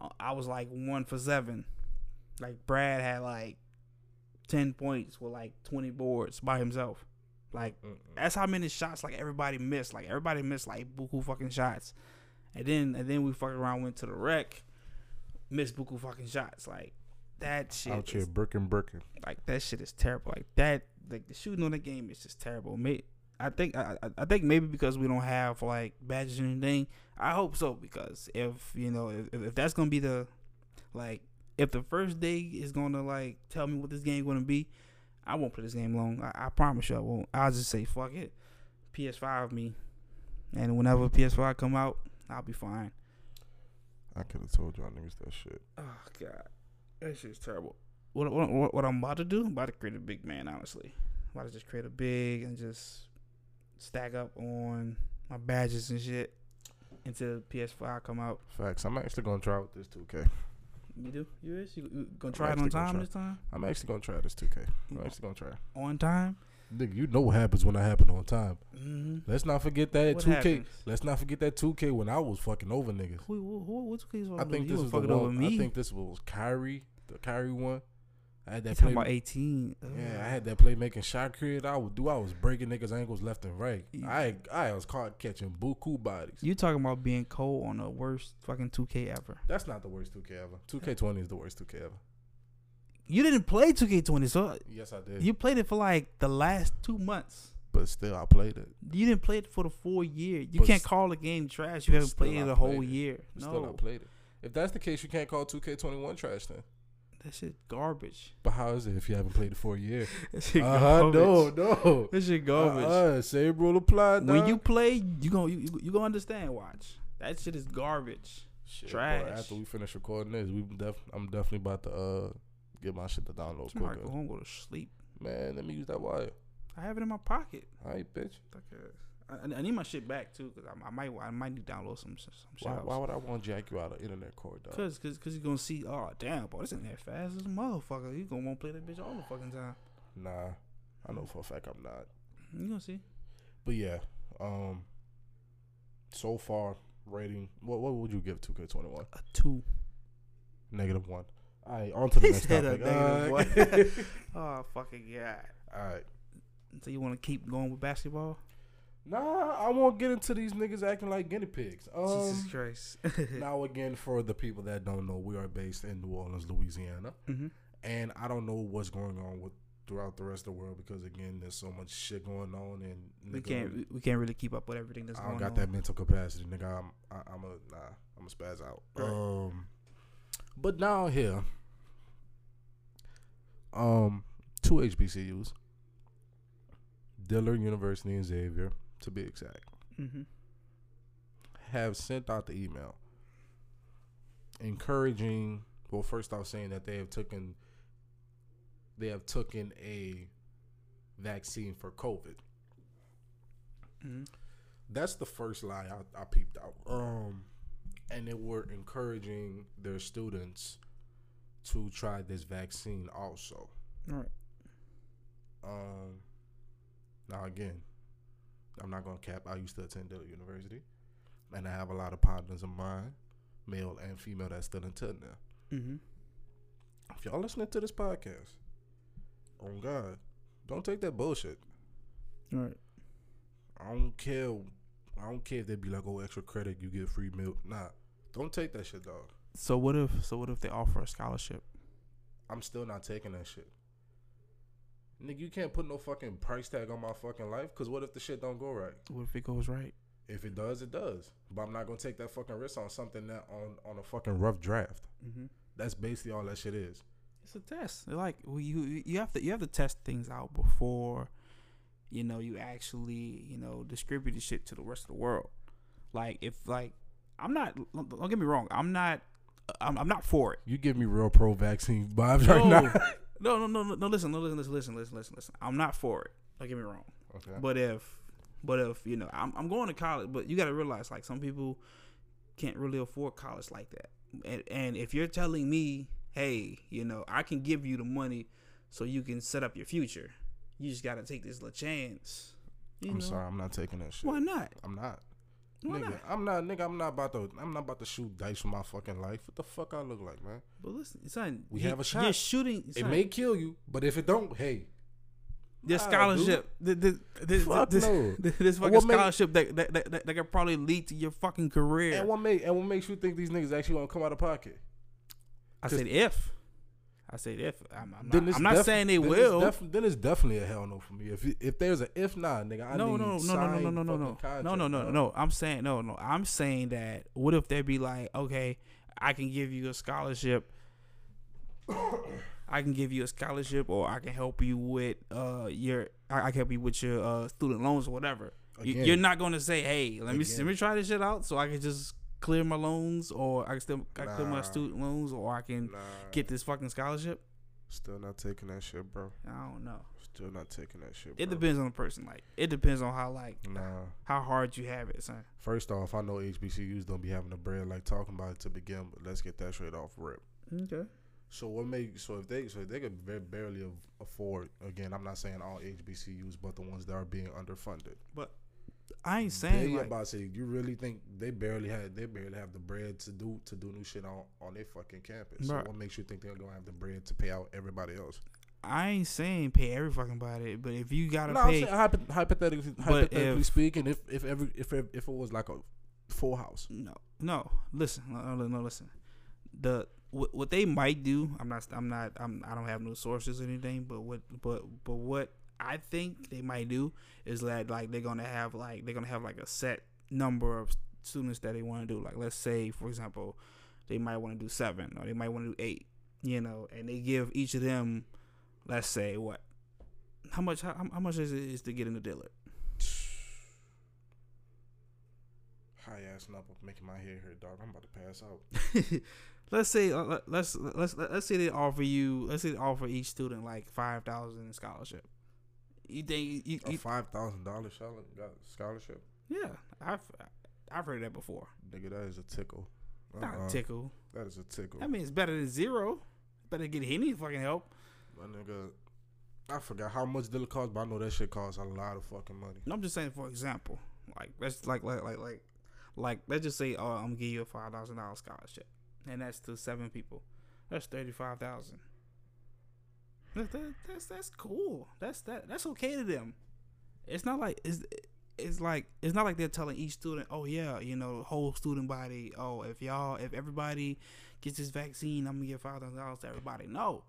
Speaker 1: I- I was like one for seven. Like Brad had like ten points with like twenty boards by himself. Like
Speaker 2: Mm-mm.
Speaker 1: Mm-hmm. that's how many shots like everybody missed. Like everybody missed like buku fucking shots. And then and then we fucking around went to the wreck, missed buku fucking shots. Like that shit.
Speaker 2: Out
Speaker 1: is
Speaker 2: here bricking bricking.
Speaker 1: like that shit is terrible. Like that, like the shooting on the game is just terrible. May I think I, I- I think maybe because we don't have like badges and anything. I hope so because if you know if, if- if that's gonna be the like if the first day is gonna like tell me what this game gonna be, I won't play this game long. I, I promise you I won't. I'll just say fuck it, PS5 me, and whenever PS5 come out, I'll be fine.
Speaker 2: I could have told y'all niggas that shit.
Speaker 1: Oh god, that shit's terrible. What, what what what I'm about to do? I'm about to create a big man. Honestly, I'm about to just create a big and just stack up on my badges and shit until PS5 come out.
Speaker 2: Facts. I'm actually gonna try with this 2K.
Speaker 1: You do? You is? You, you gonna
Speaker 2: I'm
Speaker 1: try it on
Speaker 2: actually gonna
Speaker 1: time
Speaker 2: try.
Speaker 1: this time?
Speaker 2: I'm actually gonna try this 2K. I'm actually gonna try.
Speaker 1: On time?
Speaker 2: Nigga, you know what happens when I happen on time.
Speaker 1: Mm-hmm.
Speaker 2: Let's not forget that
Speaker 1: What
Speaker 2: 2K.
Speaker 1: happens?
Speaker 2: Let's not forget that 2K when I was fucking over niggas.
Speaker 1: Who who who? What you kids?
Speaker 2: I think
Speaker 1: Oh, you
Speaker 2: this
Speaker 1: were
Speaker 2: was the
Speaker 1: fucking over
Speaker 2: one.
Speaker 1: me.
Speaker 2: I think this was Kyrie, the Kyrie one. I had
Speaker 1: you
Speaker 2: that
Speaker 1: talking
Speaker 2: play.
Speaker 1: about 18?
Speaker 2: yeah, I had that play making shot created. I would do. I was breaking niggas ankles left and right.
Speaker 1: You-
Speaker 2: I I was caught catching buku bodies.
Speaker 1: You talking about being cold on the worst fucking 2K ever?
Speaker 2: That's not the worst 2K ever. 2K20 is the worst 2K ever.
Speaker 1: You didn't play 2K20, so
Speaker 2: Yes, I did.
Speaker 1: you played it for like the last two months.
Speaker 2: but still, I played it.
Speaker 1: You didn't play it for the full year. You
Speaker 2: But
Speaker 1: can't
Speaker 2: st-
Speaker 1: call a game trash. You haven't
Speaker 2: still
Speaker 1: played it
Speaker 2: I
Speaker 1: a whole
Speaker 2: played it.
Speaker 1: year. No,
Speaker 2: Still, I played it. If that's the case, you can't call 2K21 trash then.
Speaker 1: that shit garbage.
Speaker 2: But how is it if you haven't played it for a year?
Speaker 1: That shit
Speaker 2: Uh huh. No,
Speaker 1: garbage.
Speaker 2: no.
Speaker 1: That shit garbage.
Speaker 2: Uh, same rule applied.
Speaker 1: when you play, you gonna you, you gonna understand. Watch that shit is garbage.
Speaker 2: Shit,
Speaker 1: Trash.
Speaker 2: after we finish recording this, we def- I'm definitely about to uh get my shit to download
Speaker 1: Tomorrow
Speaker 2: quicker.
Speaker 1: go home, go to sleep.
Speaker 2: Man, let me use that wire.
Speaker 1: I have it in my pocket.
Speaker 2: All right, bitch.
Speaker 1: Okay. I, I need my shit back too, cause I, I might I might need to download some some shit.
Speaker 2: Why,
Speaker 1: else.
Speaker 2: why would I want to jack you out of internet cord, dog?
Speaker 1: Cause, cause, cause you're gonna see. Oh damn, boy, this ain't that fast as a motherfucker. You gonna want to play that bitch all the fucking time.
Speaker 2: Nah, I know for a fact I'm not.
Speaker 1: You gonna see.
Speaker 2: But yeah, um, so far rating. What what would you give 2K21?
Speaker 1: A two.
Speaker 2: Negative one. All right, on to the
Speaker 1: He
Speaker 2: next
Speaker 1: said a
Speaker 2: topic. Uh,
Speaker 1: negative Oh fucking god.
Speaker 2: All right.
Speaker 1: So you want to keep going with basketball?
Speaker 2: Nah, I won't get into these niggas acting like guinea pigs. Um,
Speaker 1: Jesus Christ.
Speaker 2: now again, for the people that don't know, we are based in New Orleans, Louisiana.
Speaker 1: hmm
Speaker 2: and I don't know what's going on with throughout the rest of the world because again, there's so much shit going on and
Speaker 1: We
Speaker 2: nigga,
Speaker 1: can't we- we can't really keep up with everything that's
Speaker 2: I don't
Speaker 1: going
Speaker 2: got
Speaker 1: on.
Speaker 2: that mental capacity, nigga. I'm I, I'm a nah, I'm a spaz out.
Speaker 1: Right.
Speaker 2: Um, but now here, um, two HBCUs, Dillard University and Xavier, to be exact,
Speaker 1: Mm-hmm.
Speaker 2: have sent out the email encouraging. Well, first off, saying that they have taken they have taken a vaccine for COVID.
Speaker 1: hmm
Speaker 2: That's the first lie I, I peeped out. Um, and they were encouraging their students to try this vaccine also.
Speaker 1: Right.
Speaker 2: Um, now again, I'm not gonna cap. I used to attend Dillard University, and I have a lot of partners of mine, male and female, that's still attend now.
Speaker 1: hmm
Speaker 2: If y'all listening to this podcast, on God, don't take that bullshit.
Speaker 1: Right.
Speaker 2: I don't care. I don't care if they be like, "Oh, extra credit, you get free milk." Nah, don't take that shit, dog.
Speaker 1: So what if so what if they offer a scholarship?
Speaker 2: I'm still not taking that shit. Nigga, you can't put no fucking price tag on my fucking life. Cause what if the shit don't go right?
Speaker 1: What if it goes right?
Speaker 2: If it does, it does. But I'm not gonna take that fucking risk on something that on on a fucking rough draft.
Speaker 1: Mm-hmm.
Speaker 2: That's basically all that shit is.
Speaker 1: It's a test. Like well, you you have to you have to test things out before you know you actually you know distribute the shit to the rest of the world. Like if like I'm not don't get me wrong I'm not I'm, I'm not for it.
Speaker 2: You give me real pro vaccine vibes
Speaker 1: No,
Speaker 2: right now.
Speaker 1: no, no, no, no, no. Listen, no, listen, listen, listen, listen, listen, listen. I'm not for it. Don't get me wrong.
Speaker 2: Okay.
Speaker 1: But if, but if you know, I'm, I'm going to college, but you got to realize like some people can't really afford college like that. And, and if you're telling me, hey, you know, I can give you the money so you can set up your future, you just got to take this little chance. You
Speaker 2: I'm
Speaker 1: know?
Speaker 2: sorry, I'm not taking that shit.
Speaker 1: Why not?
Speaker 2: I'm not.
Speaker 1: Why
Speaker 2: nigga,
Speaker 1: not?
Speaker 2: I'm not nigga, I'm not about to I'm not about to shoot dice with my fucking life. What the fuck I look like, man?
Speaker 1: But listen, son,
Speaker 2: We
Speaker 1: you-
Speaker 2: have a
Speaker 1: You're
Speaker 2: shot.
Speaker 1: shooting.
Speaker 2: It
Speaker 1: son,
Speaker 2: may kill you, but if it don't, hey,
Speaker 1: this
Speaker 2: Nah,
Speaker 1: scholarship, th- th- th-
Speaker 2: Fuck
Speaker 1: this,
Speaker 2: no.
Speaker 1: this, this fucking
Speaker 2: What made-
Speaker 1: scholarship that, that, that, that that could probably lead to your fucking career.
Speaker 2: and what make and what makes you think these niggas actually gonna come out of pocket?
Speaker 1: I
Speaker 2: 'Cause-
Speaker 1: said if. I said if. I'm, I'm
Speaker 2: Then
Speaker 1: not,
Speaker 2: it's
Speaker 1: I'm not
Speaker 2: def-
Speaker 1: saying they
Speaker 2: then it's
Speaker 1: will.
Speaker 2: def- then it's definitely a hell no for me. If if there's a if not, nigga, I
Speaker 1: no,
Speaker 2: need
Speaker 1: no, no, no,
Speaker 2: signed
Speaker 1: no, no, no, no,
Speaker 2: fucking contract,
Speaker 1: no, no, no,
Speaker 2: bro.
Speaker 1: no. I'm saying no, no. I'm saying that. What if they be like, okay, I can give you a scholarship. I can give you a scholarship, or I can help you with uh your. I, I can help you with your uh, student loans or whatever. You,
Speaker 2: Again.
Speaker 1: you're not gonna say, hey, let me s-
Speaker 2: Again.
Speaker 1: let me try this shit out, so I can just clear my loans, or I can still I can clear
Speaker 2: Nah.
Speaker 1: my student loans, or I can
Speaker 2: Nah,
Speaker 1: get this fucking scholarship.
Speaker 2: still not taking that shit, bro.
Speaker 1: I don't know.
Speaker 2: Still not taking that shit.
Speaker 1: It
Speaker 2: bro.
Speaker 1: depends on the person. Like it depends on how like
Speaker 2: Nah.
Speaker 1: how hard you have it, son.
Speaker 2: First off, I know HBCUs don't be having the bread like talking about it to begin, but let's get that straight off rip.
Speaker 1: Okay.
Speaker 2: So what make so if they so if they could ba- barely af- afford again? I'm not saying all HBCUs, but the ones that are being underfunded.
Speaker 1: I ain't saying
Speaker 2: they
Speaker 1: like,
Speaker 2: about to say you really think they barely had they barely have the bread to do to do new shit on on their fucking campus. So
Speaker 1: Bruh.
Speaker 2: what makes you think they're gonna have the bread to pay out everybody else?
Speaker 1: I ain't saying pay every fucking body, but if you gotta
Speaker 2: No, I'm
Speaker 1: pay,
Speaker 2: saying hypo- hypothetically, hypothetically
Speaker 1: if-
Speaker 2: speaking, if if every if if it was like a full house,
Speaker 1: no, no. Listen, no, no, no, listen. The what, what they might do, I'm not, I'm not, I'm, I don't have no sources or anything, but what, but, but what I think they might do is that like they're gonna have like they're gonna have like a set number of students that they want to do. Like let's say, for example, they might want to do seven or they might want to do eight, you know, and they give each of them, let's say, what. How much? How, how much is it is to get into Dillard?
Speaker 2: high ass number making my hair hurt, dog. I'm about to pass out.
Speaker 1: let's say uh, let- let's let's let's say they offer you let's say they offer each student like five thousand in scholarship. You think you,
Speaker 2: A
Speaker 1: you,
Speaker 2: five thousand dollar scholarship,
Speaker 1: yeah? I've I've heard that before.
Speaker 2: nigga. That is a tickle.
Speaker 1: Not
Speaker 2: Uh-uh.
Speaker 1: a tickle.
Speaker 2: That is a tickle.
Speaker 1: I mean, it's better than zero. Better get any fucking help.
Speaker 2: My nigga, I forgot how much did it cost, but I know that shit costs a lot of fucking money.
Speaker 1: No, I'm just saying, for example, like let's like like like like like let's just say, oh, I'm gonna give you a five thousand dollars scholarship, and that's to seven people. That's thirty five thousand. That, that, that's that's cool. That's that that's okay to them. It's not like it's it's like it's not like they're telling each student, oh yeah, you know, whole student body, oh if y'all if everybody gets this vaccine, I'm gonna give five thousand dollars to everybody. No,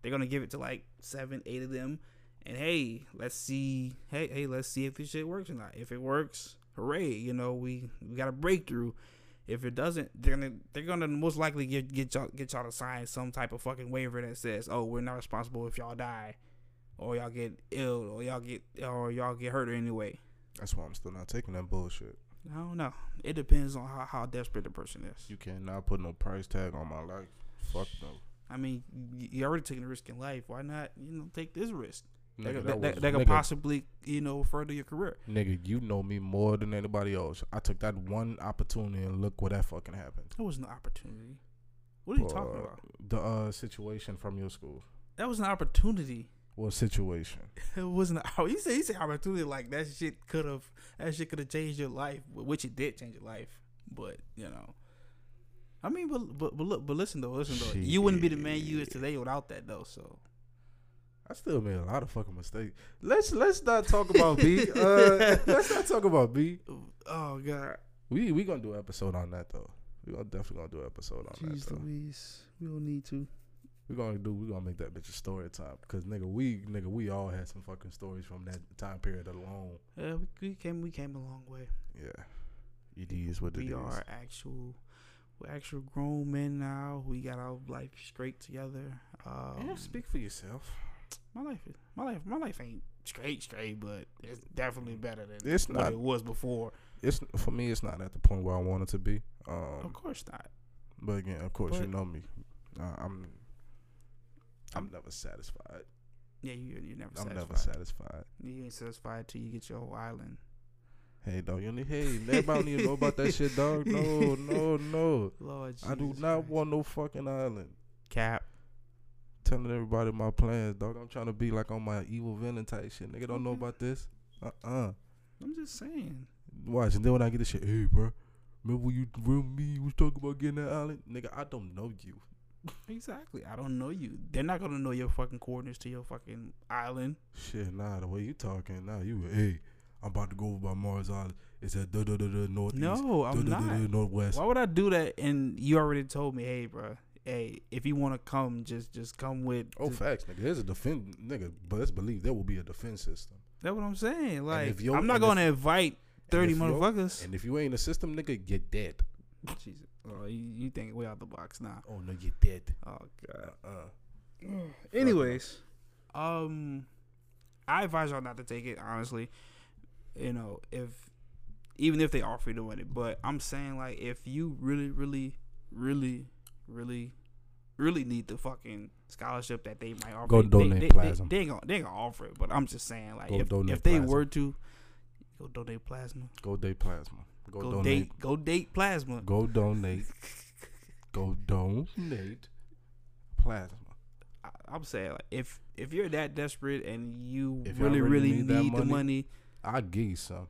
Speaker 1: They're gonna give it to like seven, eight of them, and hey, let's see, hey, hey, let's see if this shit works or not. If it works, hooray! You know, we we got a breakthrough. If it doesn't, they're gonna they're gonna most likely get get y'all get y'all to sign some type of fucking waiver that says, oh, we're not responsible if y'all die, or y'all get ill, or y'all get or y'all get hurt anyway.
Speaker 2: That's why I'm still not taking that bullshit.
Speaker 1: I don't know. It depends on how, how desperate the person is.
Speaker 2: You cannot put no price tag on my life. Fuck no.
Speaker 1: I mean, y- you're already taking a risk in life. Why not, you know, take this risk? That, could-
Speaker 2: Nigga, that
Speaker 1: that, that,
Speaker 2: was-
Speaker 1: that could
Speaker 2: nigga,
Speaker 1: possibly, you know, further your career.
Speaker 2: nigga, you know me more than anybody else. I took that one opportunity and look what that fucking happened.
Speaker 1: That was an opportunity. What are you talking
Speaker 2: Uh,
Speaker 1: about?
Speaker 2: The uh, situation from your school.
Speaker 1: That was an opportunity.
Speaker 2: What situation?
Speaker 1: It wasn't. Oh, you say you say opportunity like that shit could have that shit could have changed your life, which it did change your life. But you know, I mean, but but, but look, but listen though, listen though, you wouldn't be the man you is
Speaker 2: Shit.
Speaker 1: today without that though. So
Speaker 2: I still made a lot of fucking mistakes. Let's let's not talk about B. Uh, let's not talk about B.
Speaker 1: oh god,
Speaker 2: We we gonna do an episode on that though. We gonna definitely gonna do an episode on that though.
Speaker 1: Louise, we don't need to.
Speaker 2: We gonna do we gonna make that bitch a story time because nigga we nigga we all had some fucking stories from that time period alone.
Speaker 1: Yeah, we, we came we came a long way.
Speaker 2: Yeah, it is what it is.
Speaker 1: we are actual we're actual grown men now. We got our life straight together. Um,
Speaker 2: Yeah, speak for yourself.
Speaker 1: my life is my life my life ain't straight straight, but it's definitely better than
Speaker 2: It's
Speaker 1: what
Speaker 2: not.
Speaker 1: it was before.
Speaker 2: It's for me. It's not at the point where I want it to be.
Speaker 1: Of
Speaker 2: Um,
Speaker 1: course not.
Speaker 2: but again, of course, you
Speaker 1: But-
Speaker 2: know me. Uh, I'm. I'm never satisfied.
Speaker 1: Yeah, you you're never
Speaker 2: I'm
Speaker 1: satisfied.
Speaker 2: never satisfied.
Speaker 1: You ain't satisfied till you get your whole island.
Speaker 2: Hey dog, you need hey everybody need to know about that shit, dog. No, no, no.
Speaker 1: Lord
Speaker 2: I do
Speaker 1: Jesus
Speaker 2: not
Speaker 1: Christ.
Speaker 2: want no fucking island.
Speaker 1: cap.
Speaker 2: Telling everybody my plans, dog. I'm trying to be like on my evil villain type shit. Nigga don't know
Speaker 1: Mm-hmm.
Speaker 2: about this. Uh uh
Speaker 1: I'm just saying.
Speaker 2: Watch and then when I get this shit, hey bro, remember when you remember me you was talking about getting that island? Nigga, I don't know you.
Speaker 1: Exactly. I don't know you. They're not gonna know your fucking coordinates to your fucking island.
Speaker 2: Shit, nah, the way you talking, nah, you hey, I'm about to go over by Mars Island. It's at da da da da northeast.
Speaker 1: No,
Speaker 2: da,
Speaker 1: I'm
Speaker 2: da, da,
Speaker 1: not.
Speaker 2: da, northwest.
Speaker 1: Why would I do that? And you already told me, hey, bro, hey, if you want to come, just just come with.
Speaker 2: Oh,
Speaker 1: just-
Speaker 2: facts, nigga. There's a defense, nigga. But let's believe there will be a defense system.
Speaker 1: that's what I'm saying. Like,
Speaker 2: if yo-
Speaker 1: I'm not
Speaker 2: and
Speaker 1: gonna invite thirty
Speaker 2: if yo-
Speaker 1: motherfuckers.
Speaker 2: And if you ain't in the system, nigga, you're dead.
Speaker 1: Jesus, oh, you, you think way out the box now?
Speaker 2: Oh no, you're dead.
Speaker 1: Oh god.
Speaker 2: Uh-uh.
Speaker 1: Anyways, um, I advise y'all not to take it. Honestly, you know, if even if they offer you the money, but I'm saying like if you really, really, really, really, really need the fucking scholarship that they might offer,
Speaker 2: Go
Speaker 1: you,
Speaker 2: donate
Speaker 1: they, they,
Speaker 2: plasma.
Speaker 1: They, they ain't gonna, they ain't gonna offer it, but I'm just saying like
Speaker 2: Go
Speaker 1: if,
Speaker 2: donate
Speaker 1: if they
Speaker 2: plasma.
Speaker 1: were to go donate plasma,
Speaker 2: Go date plasma. Go,
Speaker 1: go,
Speaker 2: donate.
Speaker 1: date, go date plasma.
Speaker 2: Go donate. go donate plasma.
Speaker 1: I, I'm saying like if if you're that desperate and you
Speaker 2: If y'all
Speaker 1: really,
Speaker 2: really
Speaker 1: really
Speaker 2: need that
Speaker 1: need the
Speaker 2: money,
Speaker 1: money.
Speaker 2: I give you some.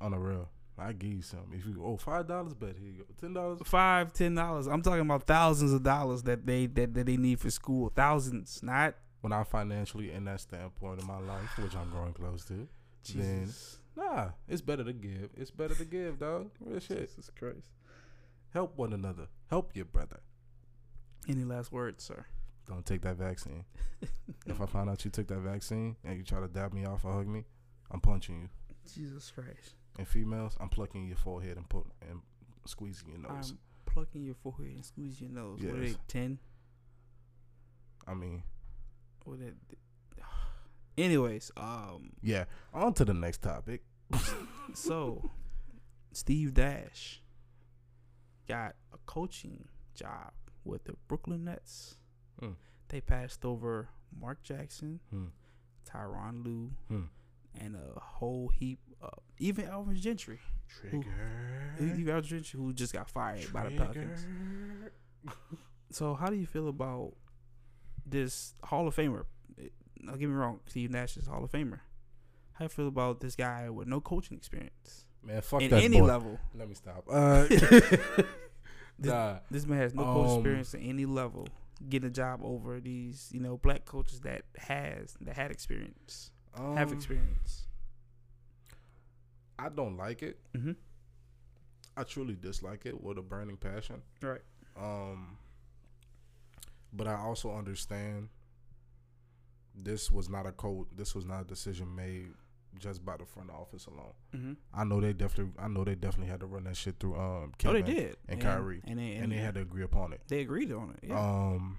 Speaker 2: On the real, I give you some. If you oh five dollars, bet here you go. Ten dollars.
Speaker 1: five, ten dollars. I'm talking about thousands of dollars that they that, that they need for school. Thousands, not
Speaker 2: When I'm financially in that standpoint in my life, which I'm growing close to, Then-
Speaker 1: Jesus.
Speaker 2: nah, it's better to give. It's better to give, dog. Real shit.
Speaker 1: Jesus Christ.
Speaker 2: Help one another. Help your brother.
Speaker 1: Any last words, sir?
Speaker 2: Don't take that vaccine. If I find out you took that vaccine and you try to dab me off or hug me, I'm punching you.
Speaker 1: Jesus Christ.
Speaker 2: And females, I'm plucking your forehead and put and squeezing your nose.
Speaker 1: I'm plucking your forehead and squeeze your nose. What are
Speaker 2: Yes.
Speaker 1: they? Ten? Um,
Speaker 2: I mean,
Speaker 1: What are they- Anyways, um,
Speaker 2: yeah. On to the next topic.
Speaker 1: so Steve Dash got a coaching job with the Brooklyn Nets.
Speaker 2: Hmm.
Speaker 1: They passed over Mark Jackson,
Speaker 2: Hmm.
Speaker 1: Tyronn Lue,
Speaker 2: Hmm.
Speaker 1: and a whole heap of even Elvin Gentry.
Speaker 2: Trigger.
Speaker 1: Even Elvin Gentry who just got fired by the Pelicans.
Speaker 2: Trigger.
Speaker 1: So how do you feel about this Hall of Famer? Eh, Now get me wrong, Steve Nash is a Hall of Famer. How you feel about this guy with no coaching experience
Speaker 2: Man, fuck
Speaker 1: in
Speaker 2: that
Speaker 1: any
Speaker 2: boy.
Speaker 1: level?
Speaker 2: Let me stop. Uh, nah,
Speaker 1: This man has no coach
Speaker 2: Um,
Speaker 1: experience at any level. Getting a job over these, you know, black coaches that has that had experience, have
Speaker 2: um,
Speaker 1: experience.
Speaker 2: I don't like it.
Speaker 1: Mm-hmm.
Speaker 2: I truly dislike it with a burning passion.
Speaker 1: Right.
Speaker 2: Um, But I also understand this was not a code. This was not a decision made just by the front office alone.
Speaker 1: Mm-hmm.
Speaker 2: I know they definitely. I know they definitely had to run that shit through.
Speaker 1: Oh,
Speaker 2: Um, Kevin
Speaker 1: they did.
Speaker 2: and Kyrie,
Speaker 1: and they
Speaker 2: and they had to agree upon it.
Speaker 1: they agreed on it. Yeah.
Speaker 2: Um.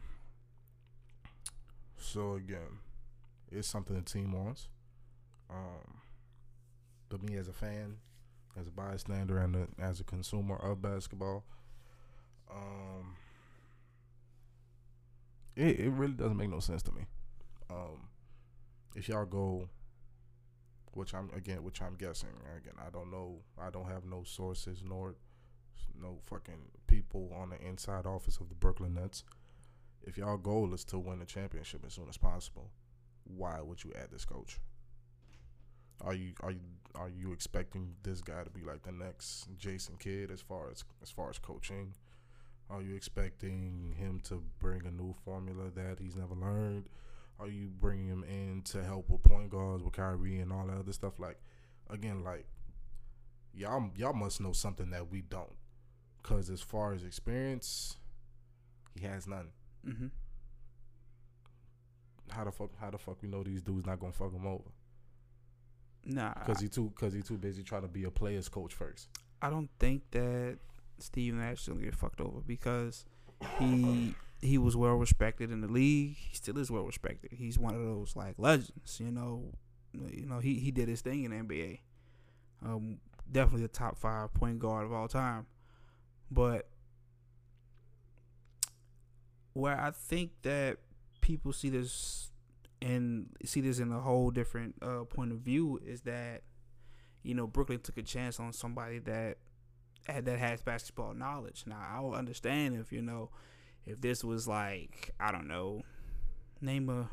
Speaker 2: So again, it's something the team wants. Um, but me as a fan, as a bystander, and a, as a consumer of basketball, um, it it really doesn't make no sense to me. Um, if y'all go, which I'm again, which I'm guessing again, I don't know, I don't have no sources nor no fucking people on the inside office of the Brooklyn Nets. If y'all goal is to win a championship as soon as possible, why would you add this coach? Are you are you are you expecting this guy to be like the next Jason Kidd as far as as far as coaching? Are you expecting him to bring a new formula that he's never learned? Are you bringing him in to help with point guards with Kyrie and all that other stuff? Like, again, like y'all y'all must know something that we don't. Cause as far as experience, he has none.
Speaker 1: mm-hmm.
Speaker 2: How the fuck? How the fuck we know these dudes not gonna fuck him over?
Speaker 1: Nah,
Speaker 2: Cause he too. Cause he too busy trying to be a players coach first.
Speaker 1: I don't think that Steve Nash will get fucked over because he he was well respected in the league. He still is well respected. He's one of those like legends, you know. You know, he, he did his thing in the NBA. Um, definitely a top five point guard of all time. But where I think that people see this and see this in a whole different uh, point of view is that you know, Brooklyn took a chance on somebody that had, that has basketball knowledge. Now, I will understand if you know if this was like I don't know, name a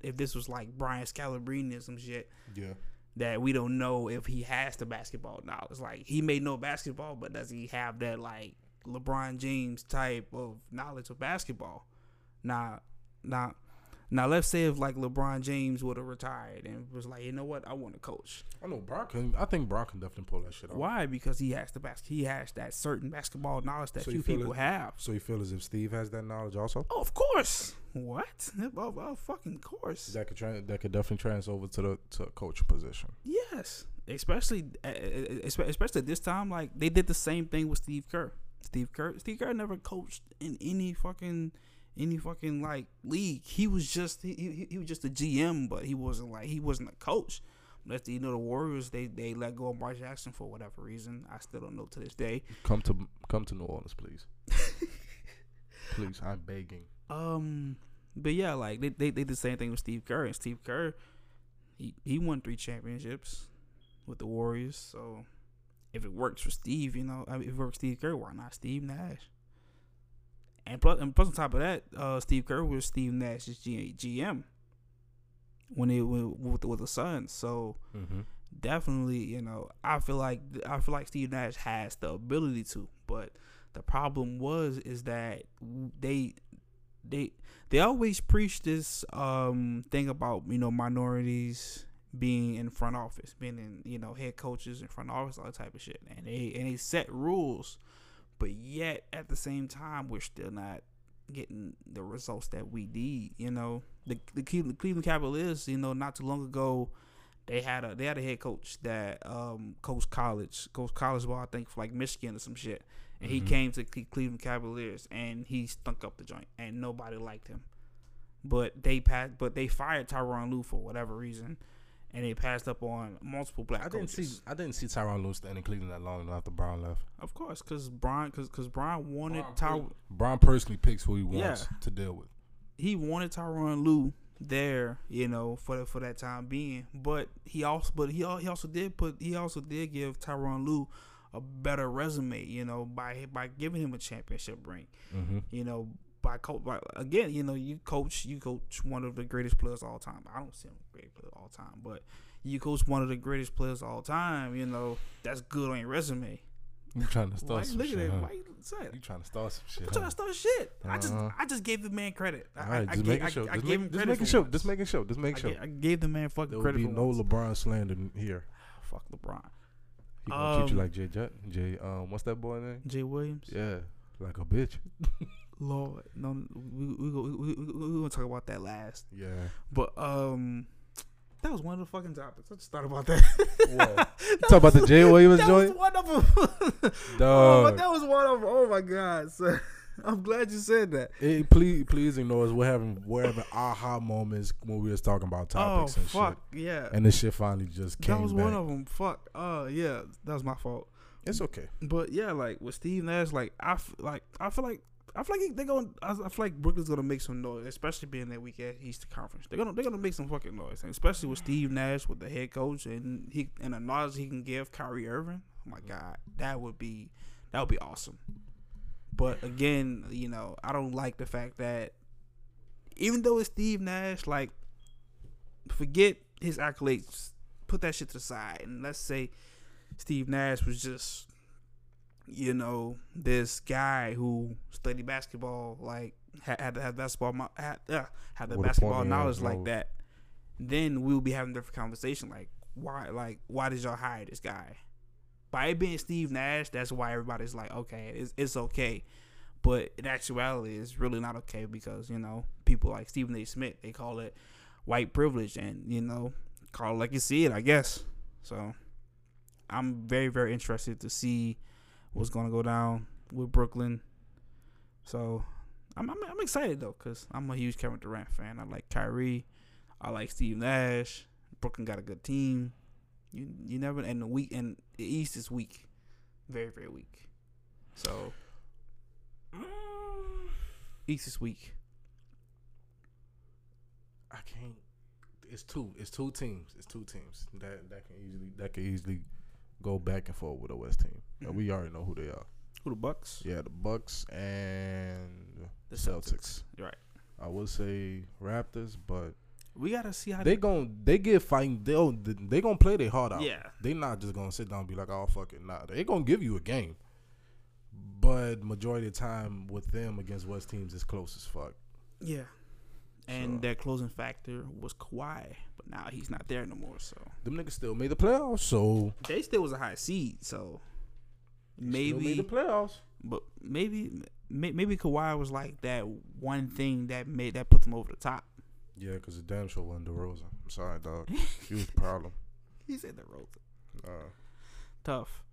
Speaker 1: if this was like Brian Scalabrine or some shit
Speaker 2: Yeah.
Speaker 1: that we don't know if he has the basketball knowledge. Like he may know basketball, but does he have that like LeBron James type of knowledge of basketball? Now, now, now, let's say if like LeBron James would have retired and was like, you know what, I want to coach.
Speaker 2: I know Brock. Can, I think Brock can definitely pull that shit off.
Speaker 1: Why? Because he has the bas- he has that certain basketball knowledge that
Speaker 2: So you
Speaker 1: few
Speaker 2: feel
Speaker 1: people
Speaker 2: it-
Speaker 1: have.
Speaker 2: So you feel as if Steve has that knowledge also?
Speaker 1: Oh, of course. What? Of, of fucking course.
Speaker 2: That could tran that could definitely transfer over to the to a coach position.
Speaker 1: Yes. Especially, uh, uh, espe- especially at this time, like they did the same thing with Steve Kerr. Steve Kerr, Steve Kerr never coached in any fucking, any fucking like league. He was just he, he, he was just a GM, but he wasn't like he wasn't a coach. That's the, you know the Warriors they they let go of Mark Jackson for whatever reason. I still don't know to this day.
Speaker 2: Come to come to New Orleans, please. please, I'm begging.
Speaker 1: Um, but yeah, like they, they, they did the same thing with Steve Kerr, and Steve Kerr, he he won three championships with the Warriors. So if it works for Steve, you know, I mean, if it works for Steve Kerr, why not Steve Nash? And plus, and plus on top of that, uh, Steve Kerr was Steve Nash's G- GM when it went with the, with the Suns. So
Speaker 2: Mm-hmm.
Speaker 1: definitely, you know, I feel like I feel like Steve Nash has the ability to, but the problem was is that they they they always preach this um thing about you know minorities being in front office, being in you know head coaches in front office, all that type of shit, and they and they set rules, but yet at the same time we're still not getting the results that we need. You know, the the Cleveland Cleveland Cavaliers, you know, not too long ago they had a they had a head coach that um coached college coached college ball I think for like Michigan or some shit, and he
Speaker 2: Mhm.
Speaker 1: came to Cle- Cleveland Cavaliers and he stunk up the joint and nobody liked him, but they passed but they fired Tyronn Lue for whatever reason, and they passed up on multiple black
Speaker 2: I didn't
Speaker 1: coaches.
Speaker 2: see I didn't see Tyron Lue staying in Cleveland that long after Brown left.
Speaker 1: Of course, because Brian because because Brian wanted
Speaker 2: Bron
Speaker 1: Ty
Speaker 2: per- Bron personally picks who he wants
Speaker 1: Yeah.
Speaker 2: to deal with.
Speaker 1: he wanted Tyronn Lue there, you know, for the, for that time being. But he also but he al- he also did put he also did give Tyronn Lue a better resume, you know, by by giving him a championship ring,
Speaker 2: Mm-hmm.
Speaker 1: you know. By, co- by again, you know, you coach, you coach one of the greatest players of all time. I don't see him a great player of all time, but you coach one of the greatest players of all time. You know, that's good on your resume.
Speaker 2: You trying to
Speaker 1: Why
Speaker 2: start
Speaker 1: you
Speaker 2: some
Speaker 1: looking
Speaker 2: shit?
Speaker 1: at
Speaker 2: huh?
Speaker 1: why you say that?
Speaker 2: You trying to start some shit?
Speaker 1: I'm trying
Speaker 2: huh?
Speaker 1: to start shit. I just
Speaker 2: Uh-huh.
Speaker 1: I just gave the man credit. I,
Speaker 2: All
Speaker 1: I-
Speaker 2: right,
Speaker 1: I
Speaker 2: just
Speaker 1: gave,
Speaker 2: make
Speaker 1: I,
Speaker 2: it show.
Speaker 1: I
Speaker 2: Just
Speaker 1: gave
Speaker 2: make,
Speaker 1: him
Speaker 2: just
Speaker 1: credit.
Speaker 2: make
Speaker 1: for
Speaker 2: it show.
Speaker 1: once.
Speaker 2: Just make it show. Just
Speaker 1: I,
Speaker 2: make it show.
Speaker 1: gave, I gave the man fucking
Speaker 2: There will
Speaker 1: credit.
Speaker 2: be
Speaker 1: for
Speaker 2: no
Speaker 1: once.
Speaker 2: LeBron slander in here.
Speaker 1: Fuck LeBron.
Speaker 2: He gonna treat
Speaker 1: Um,
Speaker 2: you like Jay Jut. Jay, um, what's that boy name?
Speaker 1: Jay Williams.
Speaker 2: Yeah, like a bitch.
Speaker 1: Lord, no, we we we, we, we, we gonna talk about that last.
Speaker 3: Yeah.
Speaker 1: But um, that was one of the fucking topics. I just thought about that.
Speaker 3: What? Talk about the Jay Williams
Speaker 1: that was
Speaker 3: joint?
Speaker 1: one of them. oh, but
Speaker 3: Dog.
Speaker 1: that was one of them. Oh my god! So, I'm glad you said that.
Speaker 3: It-
Speaker 2: please, please ignore us. We're having we're having aha moments when we was talking about topics
Speaker 1: oh
Speaker 2: and
Speaker 1: fuck yeah!
Speaker 2: shit. And this shit finally just came
Speaker 1: that was
Speaker 2: back.
Speaker 1: one of them. Fuck. Uh, yeah, that was my fault.
Speaker 2: it's okay.
Speaker 1: But yeah, like with Steve Nash, like I f- like I feel like. I feel like they're going. I I feel like Brooklyn's gonna make some noise, especially being that we get Eastern Conference. They're gonna they're gonna make some fucking noise, and especially with Steve Nash with the head coach and he and the knowledge he can give Kyrie Irving. Oh my God, that would be that would be awesome. But again, you know, I don't like the fact that even though it's Steve Nash, like forget his accolades, put that shit to the side, and let's say Steve Nash was just you know, this guy who studied basketball, like had, had to have basketball, mo- had, uh, had the
Speaker 3: With a
Speaker 1: basketball
Speaker 3: point guard,
Speaker 1: knowledge like
Speaker 3: bro.
Speaker 1: that, then we'll be having a different conversation. Like, why, like, why did y'all hire this guy? By it being Steve Nash, that's why everybody's like, okay, it's, it's okay. But in actuality, it's really not okay because you know people like Stephen A. Smith, they call it white privilege, and you know, call it like you see it, I guess. So, I'm very, very interested to see what's going to go down with Brooklyn. So I'm I'm, I'm excited though because I'm a huge Kevin Durant fan. I like Kyrie, I like Steve Nash. Brooklyn got a good team. You you never and the week and the East is weak, very very weak. So
Speaker 2: Mm.
Speaker 1: East is weak.
Speaker 2: I can't. It's two. It's two teams. It's two teams that that can easily that can easily go back and forth with the West team. And
Speaker 1: Mm-hmm.
Speaker 2: we already know who they are.
Speaker 1: Who the Bucks?
Speaker 2: Yeah, the Bucks and
Speaker 1: The
Speaker 2: Celtics.
Speaker 1: You're right.
Speaker 2: I would say Raptors, but
Speaker 1: We gotta see how
Speaker 2: they gon' they get fighting. They'll they gonna play their heart out.
Speaker 1: Yeah.
Speaker 2: they not just gonna sit down and be like, oh fuck it, nah. They gonna give you a game, but majority of the time with them against West teams is close as fuck.
Speaker 1: Yeah. And
Speaker 2: So-
Speaker 1: their closing factor was Kawhi, but now he's not there no more. So
Speaker 2: Them niggas still made the playoffs, so
Speaker 1: they still was a high seed. So
Speaker 2: they still
Speaker 1: maybe
Speaker 2: made the playoffs.
Speaker 1: But maybe may- maybe Kawhi was like that one thing that made that put them over the top.
Speaker 2: Yeah, because the damn show wasn't DeRozan. I'm sorry, dog. Huge problem.
Speaker 1: He said the roads
Speaker 2: Uh,
Speaker 1: tough.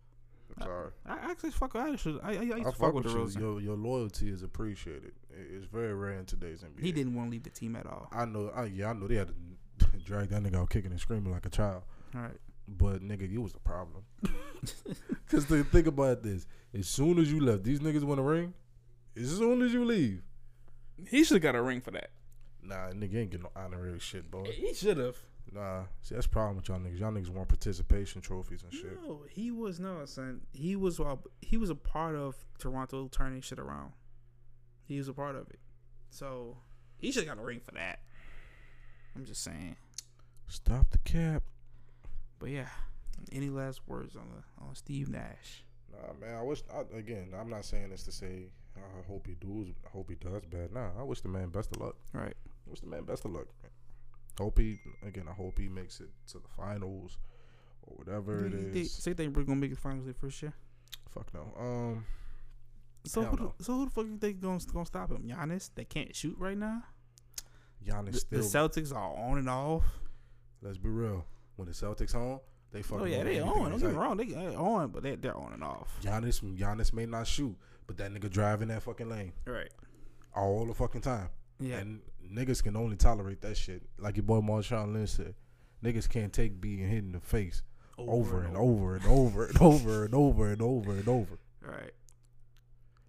Speaker 2: I'm sorry.
Speaker 1: I actually fuck. I actually I, I, I used to
Speaker 2: I
Speaker 1: fuck, with the roads.
Speaker 2: Your, your loyalty is appreciated. It- It's very rare in today's NBA.
Speaker 1: He didn't want to leave the team at all.
Speaker 2: I know. I, yeah, I know they had to drag that nigga out kicking and screaming like a child.
Speaker 1: All right.
Speaker 2: But nigga, you was the problem. Cause the, think about this: as soon as you left, these niggas want a ring. As soon as you leave,
Speaker 1: He should have got a ring for that.
Speaker 2: nah, nigga ain't getting no honorary shit, boy.
Speaker 1: He should have.
Speaker 2: Nah, see that's the problem with y'all niggas. Y'all niggas want participation trophies and shit.
Speaker 1: No, he was no son. He was a- he was a part of Toronto turning shit around. He was a part of it. So he should have got a ring for that. I'm just saying.
Speaker 2: Stop the cap.
Speaker 1: But yeah. Any last words on the, on Steve Nash?
Speaker 2: Nah, man. I wish. I, again, I'm not saying this to say. I hope he does. I hope he does bad. Nah, I wish the man best of luck.
Speaker 1: All right.
Speaker 2: I wish the man best of luck. Man. Hope he again. I hope he makes it to the finals or whatever it
Speaker 1: You think-
Speaker 2: is.
Speaker 1: so you think we're gonna make the finals their first year?
Speaker 2: Fuck no. Um,
Speaker 1: So
Speaker 2: Hell
Speaker 1: who,
Speaker 2: no.
Speaker 1: the, so who the fuck you think gonna gonna stop him? Giannis? They can't shoot right now.
Speaker 2: Giannis
Speaker 1: The, the
Speaker 2: still.
Speaker 1: Celtics are on and off.
Speaker 2: let's be real. When the Celtics on, they fucking.
Speaker 1: Oh yeah,
Speaker 2: win
Speaker 1: they
Speaker 2: anything
Speaker 1: on. Don't get
Speaker 2: they
Speaker 1: me wrong, they they on, but they they're on and off.
Speaker 2: like. Giannis, Giannis may not shoot, but that nigga driving that fucking lane
Speaker 1: Right.
Speaker 2: all the fucking time.
Speaker 1: Yeah.
Speaker 2: And niggas can only tolerate that shit. Like your boy Marshawn Lynch said, niggas can't take being hit in the face over, and over and over and over and over and over and over
Speaker 1: Right.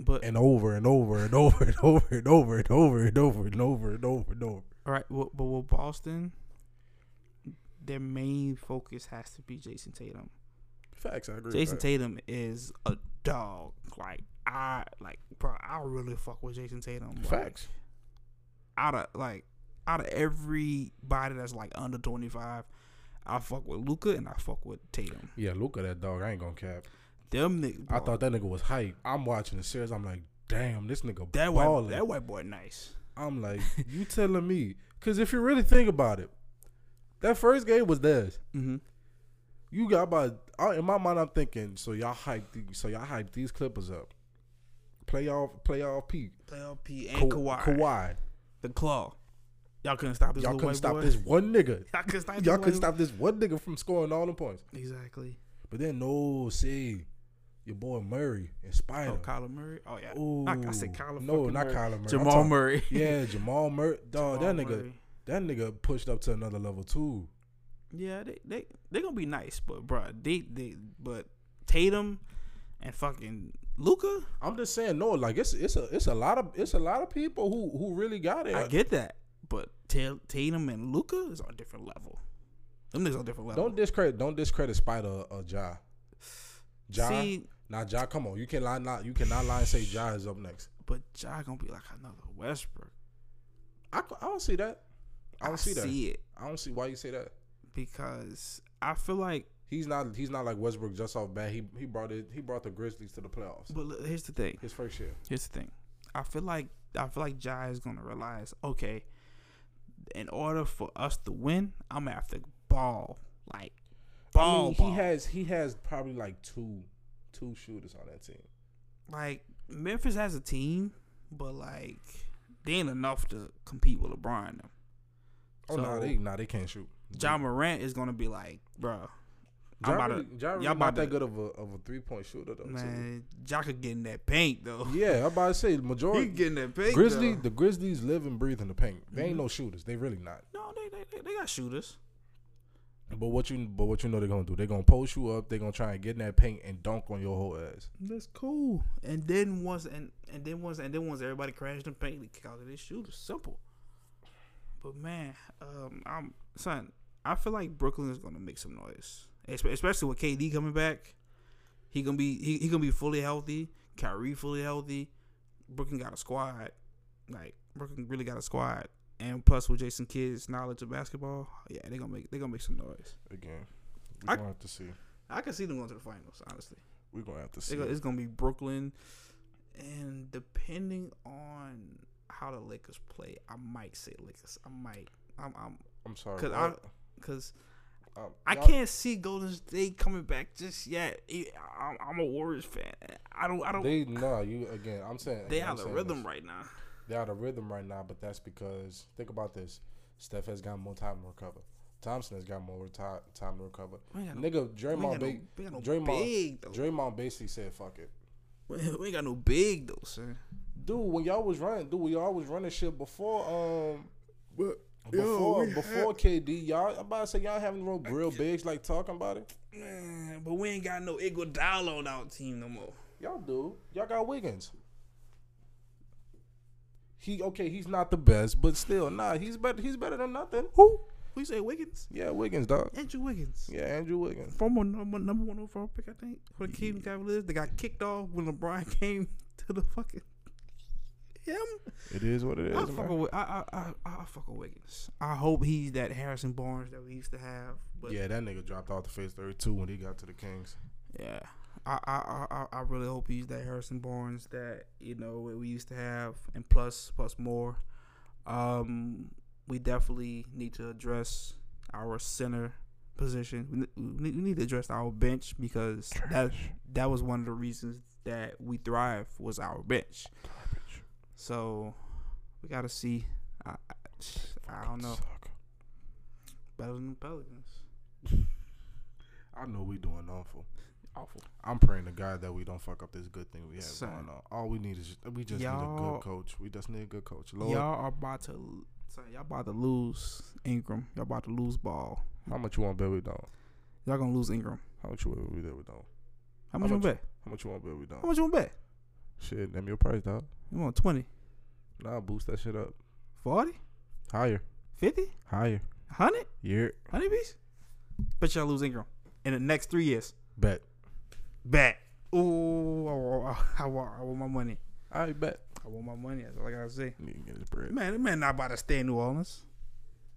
Speaker 1: But
Speaker 2: and over and over and over and over and over and over and over and over and over and over.
Speaker 1: all right. Well, but with Boston, their main focus has to be Jason Tatum.
Speaker 2: Facts, I agree.
Speaker 1: Jason
Speaker 2: with that.
Speaker 1: Tatum is a dog. Like I like, bro. I really fuck with Jason Tatum. Like,
Speaker 2: Facts.
Speaker 1: out of like out of everybody that's like under 25 I fuck with Luca and I fuck with Tatum.
Speaker 2: Yeah, look at that dog. I ain't gonna cap.
Speaker 1: Them niggas.
Speaker 2: I thought that nigga was hype. I'm watching the series. I'm like, damn, this nigga
Speaker 1: that white
Speaker 2: balling.
Speaker 1: that white boy nice.
Speaker 2: I'm like, you telling me? Because if you really think about it, that first game was theirs.
Speaker 1: Mm-hmm.
Speaker 2: You got about I- in my mind. I'm thinking, so y'all hyped. the- So y'all hyped these Clippers up. playoff playoff P.
Speaker 1: Playoff P and
Speaker 2: Ka-
Speaker 1: Kawhi.
Speaker 2: Kawhi.
Speaker 1: The claw. Y'all couldn't stop this
Speaker 2: Y'all
Speaker 1: little
Speaker 2: couldn't
Speaker 1: white
Speaker 2: stop
Speaker 1: boy.
Speaker 2: this one nigga.
Speaker 1: Y'all couldn't stop. this
Speaker 2: Y'all couldn't
Speaker 1: white-
Speaker 2: stop this one nigga from scoring all the points.
Speaker 1: Exactly.
Speaker 2: But then no, see, your boy Murray and Spider.
Speaker 1: Oh, Kyler Murray. Oh yeah.
Speaker 2: Ooh,
Speaker 1: Not- I said Kyler.
Speaker 2: No,
Speaker 1: fucking
Speaker 2: not
Speaker 1: Murray.
Speaker 2: Kyler Murray. I'm
Speaker 1: Jamal
Speaker 2: talking-
Speaker 1: Murray.
Speaker 2: Yeah, Jamal Murray. Dog,
Speaker 1: Jamal
Speaker 2: that nigga,
Speaker 1: Murray.
Speaker 2: that nigga pushed up to another level too.
Speaker 1: Yeah, they they they gonna be nice, but bro, they they but Tatum and fucking Luca.
Speaker 2: I'm just saying, no, like it's it's a it's a lot of it's a lot of people who who really got it.
Speaker 1: I get that, but Ta- Tatum and Luca is on a different level. Them niggas on a different level.
Speaker 2: don't discredit don't discredit Spider or Ja. Ja,
Speaker 1: See,
Speaker 2: nah, Ja, come on, you can lie, not you cannot lie and say Ja is up next.
Speaker 1: but Ja gonna be like another Westbrook.
Speaker 2: I, c- I don't see that. I don't see that.
Speaker 1: it
Speaker 2: I don't see why you say that.
Speaker 1: because I feel like.
Speaker 2: He's not he's not like Westbrook just off bat. He he brought it he brought the Grizzlies to the playoffs
Speaker 1: But look, here's the thing.
Speaker 2: his first year.
Speaker 1: Here's the thing. I feel like I feel like Jai is gonna realize, okay, in order for us to win, I'm gonna have to ball. Like ball.
Speaker 2: I mean,
Speaker 1: ball.
Speaker 2: he has he has probably like two two shooters on that team.
Speaker 1: like Memphis has a team, but like they ain't enough to compete with LeBron. Them.
Speaker 2: Oh
Speaker 1: So-
Speaker 2: no, they nah, they can't shoot.
Speaker 1: John Morant is gonna be like, bruh,
Speaker 2: Ja
Speaker 1: I'm about
Speaker 2: really-
Speaker 1: to,
Speaker 2: Ja really
Speaker 1: y'all
Speaker 2: not
Speaker 1: about
Speaker 2: that
Speaker 1: to-
Speaker 2: good of a of a three point shooter though. too.
Speaker 1: man, Jock could get in that paint though.
Speaker 2: Yeah, I'm about to say
Speaker 1: He
Speaker 2: majority
Speaker 1: getting that paint.
Speaker 2: Grizzly
Speaker 1: though. Mm-hmm.
Speaker 2: the Grizzlies live and breathe in the paint. They ain't no shooters. They really not.
Speaker 1: no, they, they they they got shooters.
Speaker 2: But what you but what you know they're gonna do? They're gonna post you up. They're gonna try and get in that paint and dunk on your whole ass.
Speaker 1: That's cool. And then once and and then once and then once everybody crashed and paint, they kick out of this shooter. Simple. But man, um, I'm son. I feel like Brooklyn is gonna make some noise, Espe- especially with KD coming back. He gonna be he, he gonna be fully healthy. Kyrie fully healthy. Brooklyn got a squad. Like Brooklyn really got a squad. And plus with Jason Kidd's knowledge of basketball, yeah, they gonna make they gonna make some noise.
Speaker 2: Again, we
Speaker 1: I-
Speaker 2: gonna have to see.
Speaker 1: I can see them going to the finals, honestly.
Speaker 2: We're gonna have to
Speaker 1: It's gonna, it's gonna be Brooklyn, and depending on how the Lakers play, I might say Lakers. I might. I'm. I'm
Speaker 2: I'm sorry.
Speaker 1: 'Cause
Speaker 2: what?
Speaker 1: Cause
Speaker 2: Um,
Speaker 1: I
Speaker 2: y'all-
Speaker 1: can't see Golden State coming back just yet. E- I'm, I'm a Warriors fan. I don't. I don't. They,
Speaker 2: They nah, you again. I'm saying I'm
Speaker 1: out of
Speaker 2: saying
Speaker 1: rhythm
Speaker 2: this.
Speaker 1: right now.
Speaker 2: They out of rhythm right now, but that's because think about this. Steph has got more time to recover. Thompson has got more ti- time to recover.
Speaker 1: We ain't got no-
Speaker 2: Nigga,
Speaker 1: we ain't got
Speaker 2: Draymond,
Speaker 1: no,
Speaker 2: ba-
Speaker 1: we ain't got no
Speaker 2: Draymond-
Speaker 1: big though.
Speaker 2: Draymond basically said, "Fuck it,
Speaker 1: we ain't got no big though, sir.
Speaker 2: dude." When y'all was running, dude, when y'all was running shit before, um,
Speaker 1: But
Speaker 2: before before KD, y'all I'm about to say y'all having real, real bigs like talking about it.
Speaker 1: man, but we ain't got no Iguodala on our team no more.
Speaker 2: Y'all do. Y'all got Wiggins. He okay. He's not the best, but still, nah. He's better. He's better than nothing.
Speaker 1: Who? We say Wiggins.
Speaker 2: Yeah, Wiggins, dog.
Speaker 1: Andrew Wiggins.
Speaker 2: Yeah, Andrew Wiggins.
Speaker 1: former number, number one overall pick, I think, for the Cleveland Cavaliers. They got kicked off when LeBron came to the fucking him.
Speaker 2: It is what it
Speaker 1: I fuck with I I I, I fuck with Wiggins. I hope he's that Harrison Barnes that we used to have. But yeah,
Speaker 2: Yeah, that nigga dropped off the face 32 when he got to the Kings.
Speaker 1: I, I I I I really hope he's that Harrison Barnes that you know that we used to have, and plus plus more. Um, we definitely need to address our center position. We, ne- we, need- we need to address our bench because that that was one of the reasons that we thrive was our bench. So we gotta see. I, I, I don't know. Better than the Pelicans.
Speaker 2: I know we doing awful.
Speaker 1: Awful.
Speaker 2: I'm praying to God that we don't fuck up this good thing we have
Speaker 1: Son.
Speaker 2: going on. All we need is we just need a
Speaker 1: Y'all-
Speaker 2: good coach. We just need a good coach. Lord,
Speaker 1: Y'all are about to. Son, y'all about to lose Ingram. Y'all about to lose Ball.
Speaker 2: how much you want to bet we don't?
Speaker 1: Y'all gonna lose Ingram.
Speaker 2: How much you want to bet we don't?
Speaker 1: How much
Speaker 2: How
Speaker 1: you
Speaker 2: much-
Speaker 1: wanna bet?
Speaker 2: How much you want to bet we
Speaker 1: How
Speaker 2: don't?
Speaker 1: much you wanna bet?
Speaker 2: Shit, name your price, dog.
Speaker 1: You want 20,
Speaker 2: Nah, boost that shit up.
Speaker 1: 40,
Speaker 2: Higher,
Speaker 1: 50,
Speaker 2: higher.
Speaker 1: 100,
Speaker 2: Yeah,
Speaker 1: 100 piece? Bet y'all lose Ingram in the next three years.
Speaker 2: bet.
Speaker 1: Bet. Ooh, I want, I want, I want my money.
Speaker 2: I bet.
Speaker 1: I want my money. That's all I gotta say.
Speaker 2: Need to get his bread.
Speaker 1: Man, that man not about to stay in New Orleans.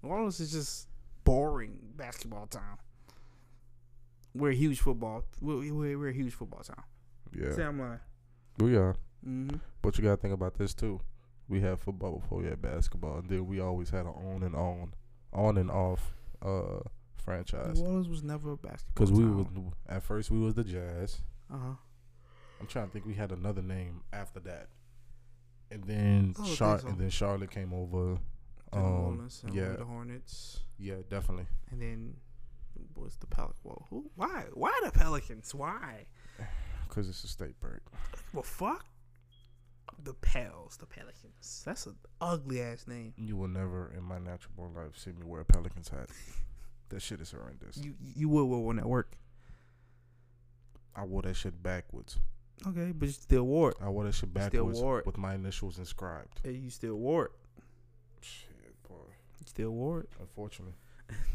Speaker 1: New Orleans is just boring basketball town. We're a huge football. We're, we're, we're a huge football town.
Speaker 2: Yeah,
Speaker 1: Say I'm lying.
Speaker 2: we are.
Speaker 1: Mm-hmm.
Speaker 2: But you gotta think about this too. We had football before we had basketball, and then we always had an on and on, on and off uh franchise.
Speaker 1: New Orleans was never a basketball.
Speaker 2: Cause we
Speaker 1: town.
Speaker 2: was at first we was the Jazz.
Speaker 1: uh huh.
Speaker 2: I'm trying to think. We had another name after that, and then
Speaker 1: I don't
Speaker 2: Char-
Speaker 1: think so.
Speaker 2: and then Charlotte came over.
Speaker 1: The New
Speaker 2: Um,
Speaker 1: Orleans, and
Speaker 2: yeah.
Speaker 1: the Hornets,
Speaker 2: yeah, definitely.
Speaker 1: and then was the Pelican. Well, who? Why? Why the Pelicans? Why?
Speaker 2: Because it's a state bird.
Speaker 1: Well, fuck the Pels, the Pelicans. That's an ugly ass name.
Speaker 2: You will never in my natural born life see me wear a Pelicans hat. that shit is horrendous.
Speaker 1: You you will wear one at work,
Speaker 2: I wore that shit backwards.
Speaker 1: okay? But you still wore it.
Speaker 2: I wore that shit
Speaker 1: Still
Speaker 2: backwards
Speaker 1: wore it.
Speaker 2: with my initials inscribed.
Speaker 1: Hey, You still wore it.
Speaker 2: Shit, boy.
Speaker 1: You still wore it.
Speaker 2: Unfortunately.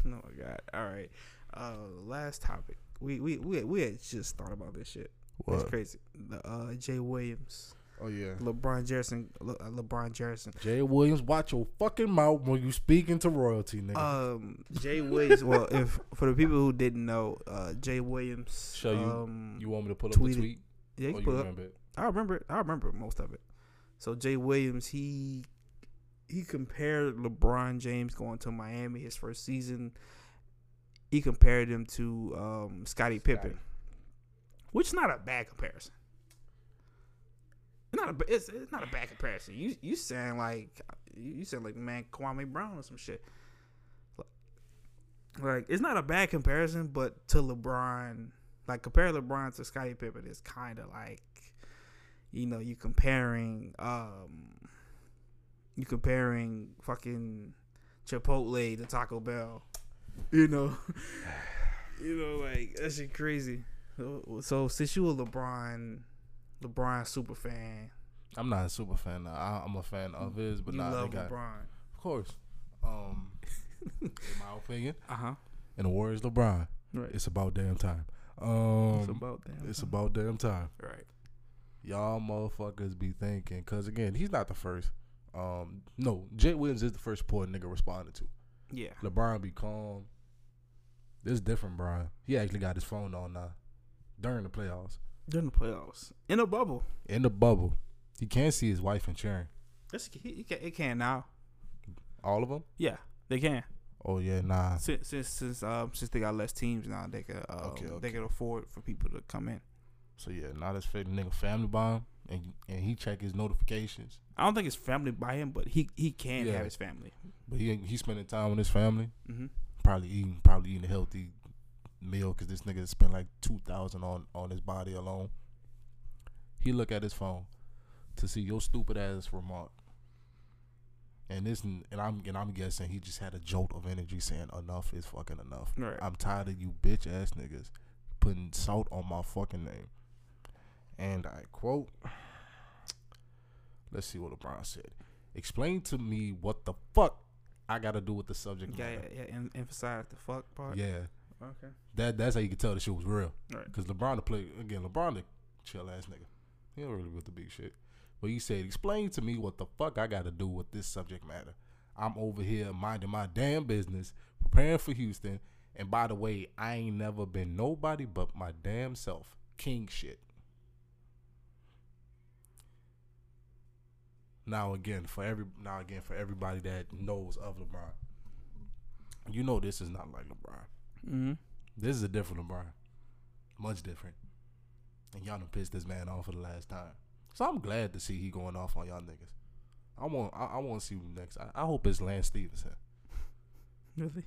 Speaker 1: No, my God. All right. Uh, last topic. We we we we had just thought about this shit. That's crazy. The uh, Jay Williams,
Speaker 2: Oh yeah.
Speaker 1: LeBron Jerison, Le, uh, LeBron Jerison.
Speaker 2: Jay Williams, watch your fucking mouth when you speaking to royalty, nigga.
Speaker 1: Um, Jay Williams. well, if for the people who didn't know, uh, Jay Williams.
Speaker 2: Show you-
Speaker 1: um,
Speaker 2: you want me to pull up
Speaker 1: tweeted-
Speaker 2: the tweet?
Speaker 1: yeah, you
Speaker 2: Oh,
Speaker 1: can
Speaker 2: you
Speaker 1: pull it up.
Speaker 2: remember it?
Speaker 1: I remember it. I remember most of it. So Jay Williams, he he compared LeBron James going to Miami his first season. He compared him to um, Scottie Pippen,
Speaker 2: Scottie.
Speaker 1: which is not a bad comparison. Not a ba- it's, it's not a bad comparison. You you sound like you sound like man Kwame Brown or some shit. Like it's not a bad comparison, but to LeBron, like compare LeBron to Scottie Pippen is kind of like, you know, you comparing, um, you comparing fucking Chipotle to Taco Bell, you know, you know, like that shit crazy. So, so since you a LeBron, LeBron super fan,
Speaker 2: I'm not a super fan. Nah. I, I'm a fan of his, but
Speaker 1: you
Speaker 2: nah,
Speaker 1: love
Speaker 2: they got,
Speaker 1: LeBron,
Speaker 2: of course. Um, in my opinion,
Speaker 1: uh huh,
Speaker 2: and the Warriors, LeBron.
Speaker 1: right?
Speaker 2: It's about damn time. Um, it's about,
Speaker 1: that.
Speaker 2: damn time.
Speaker 1: right.
Speaker 2: Y'all motherfuckers be thinking, cause again, he's not the first. Um, no, Jay Williams is the first poor nigga responded to.
Speaker 1: Yeah.
Speaker 2: LeBron be calm. This is different, Brian. He actually got his phone on now during the playoffs
Speaker 1: During the playoffs, in a bubble.
Speaker 2: in the bubble. He can't see his wife and cheering.
Speaker 1: That's, he, he can, it can now.
Speaker 2: All of them.
Speaker 1: Yeah, they can.
Speaker 2: Oh yeah, nah.
Speaker 1: Since since since um since they got less teams now, they could um,
Speaker 2: Okay, okay.
Speaker 1: they could afford for people to come in.
Speaker 2: So yeah, now this fake nigga family bomb, and and he check his notifications,
Speaker 1: I don't think it's family by him, but he he can
Speaker 2: Yeah.
Speaker 1: have his family.
Speaker 2: but he ain't- he spending time with his family,
Speaker 1: hmm
Speaker 2: probably eating probably eating a healthy meal because this nigga spent like two thousand on on his body alone. He look at his phone to see your stupid ass remark, and this n- and I'm and I'm guessing he just had a jolt of energy saying enough is fucking enough.
Speaker 1: Right.
Speaker 2: I'm tired of you bitch ass niggas putting salt on my fucking name. And I quote, let's see what LeBron said. Explain to me what the fuck I got to do with the subject
Speaker 1: yeah, yeah,
Speaker 2: matter.
Speaker 1: yeah. And emphasize the fuck
Speaker 2: Yeah.
Speaker 1: part. Okay.
Speaker 2: That that's how you can tell the shit was real.
Speaker 1: Right.
Speaker 2: Cause LeBron to play again, LeBron the chill ass nigga. He don't really with the big shit. But he said, Explain to me what the fuck I gotta do with this subject matter. I'm over here minding my damn business, preparing for Houston, and by the way, I ain't never been nobody but my damn self. King shit. Now again, for every now again, for everybody that knows of LeBron, you know this is not like LeBron.
Speaker 1: Mm-hmm.
Speaker 2: This is a different LeBron. Much different. And y'all done pissed this man off for the last time. So I'm glad to see he going off on y'all niggas. I want I, I want to see him next. I, I hope it's Lance Stevenson.
Speaker 1: Really?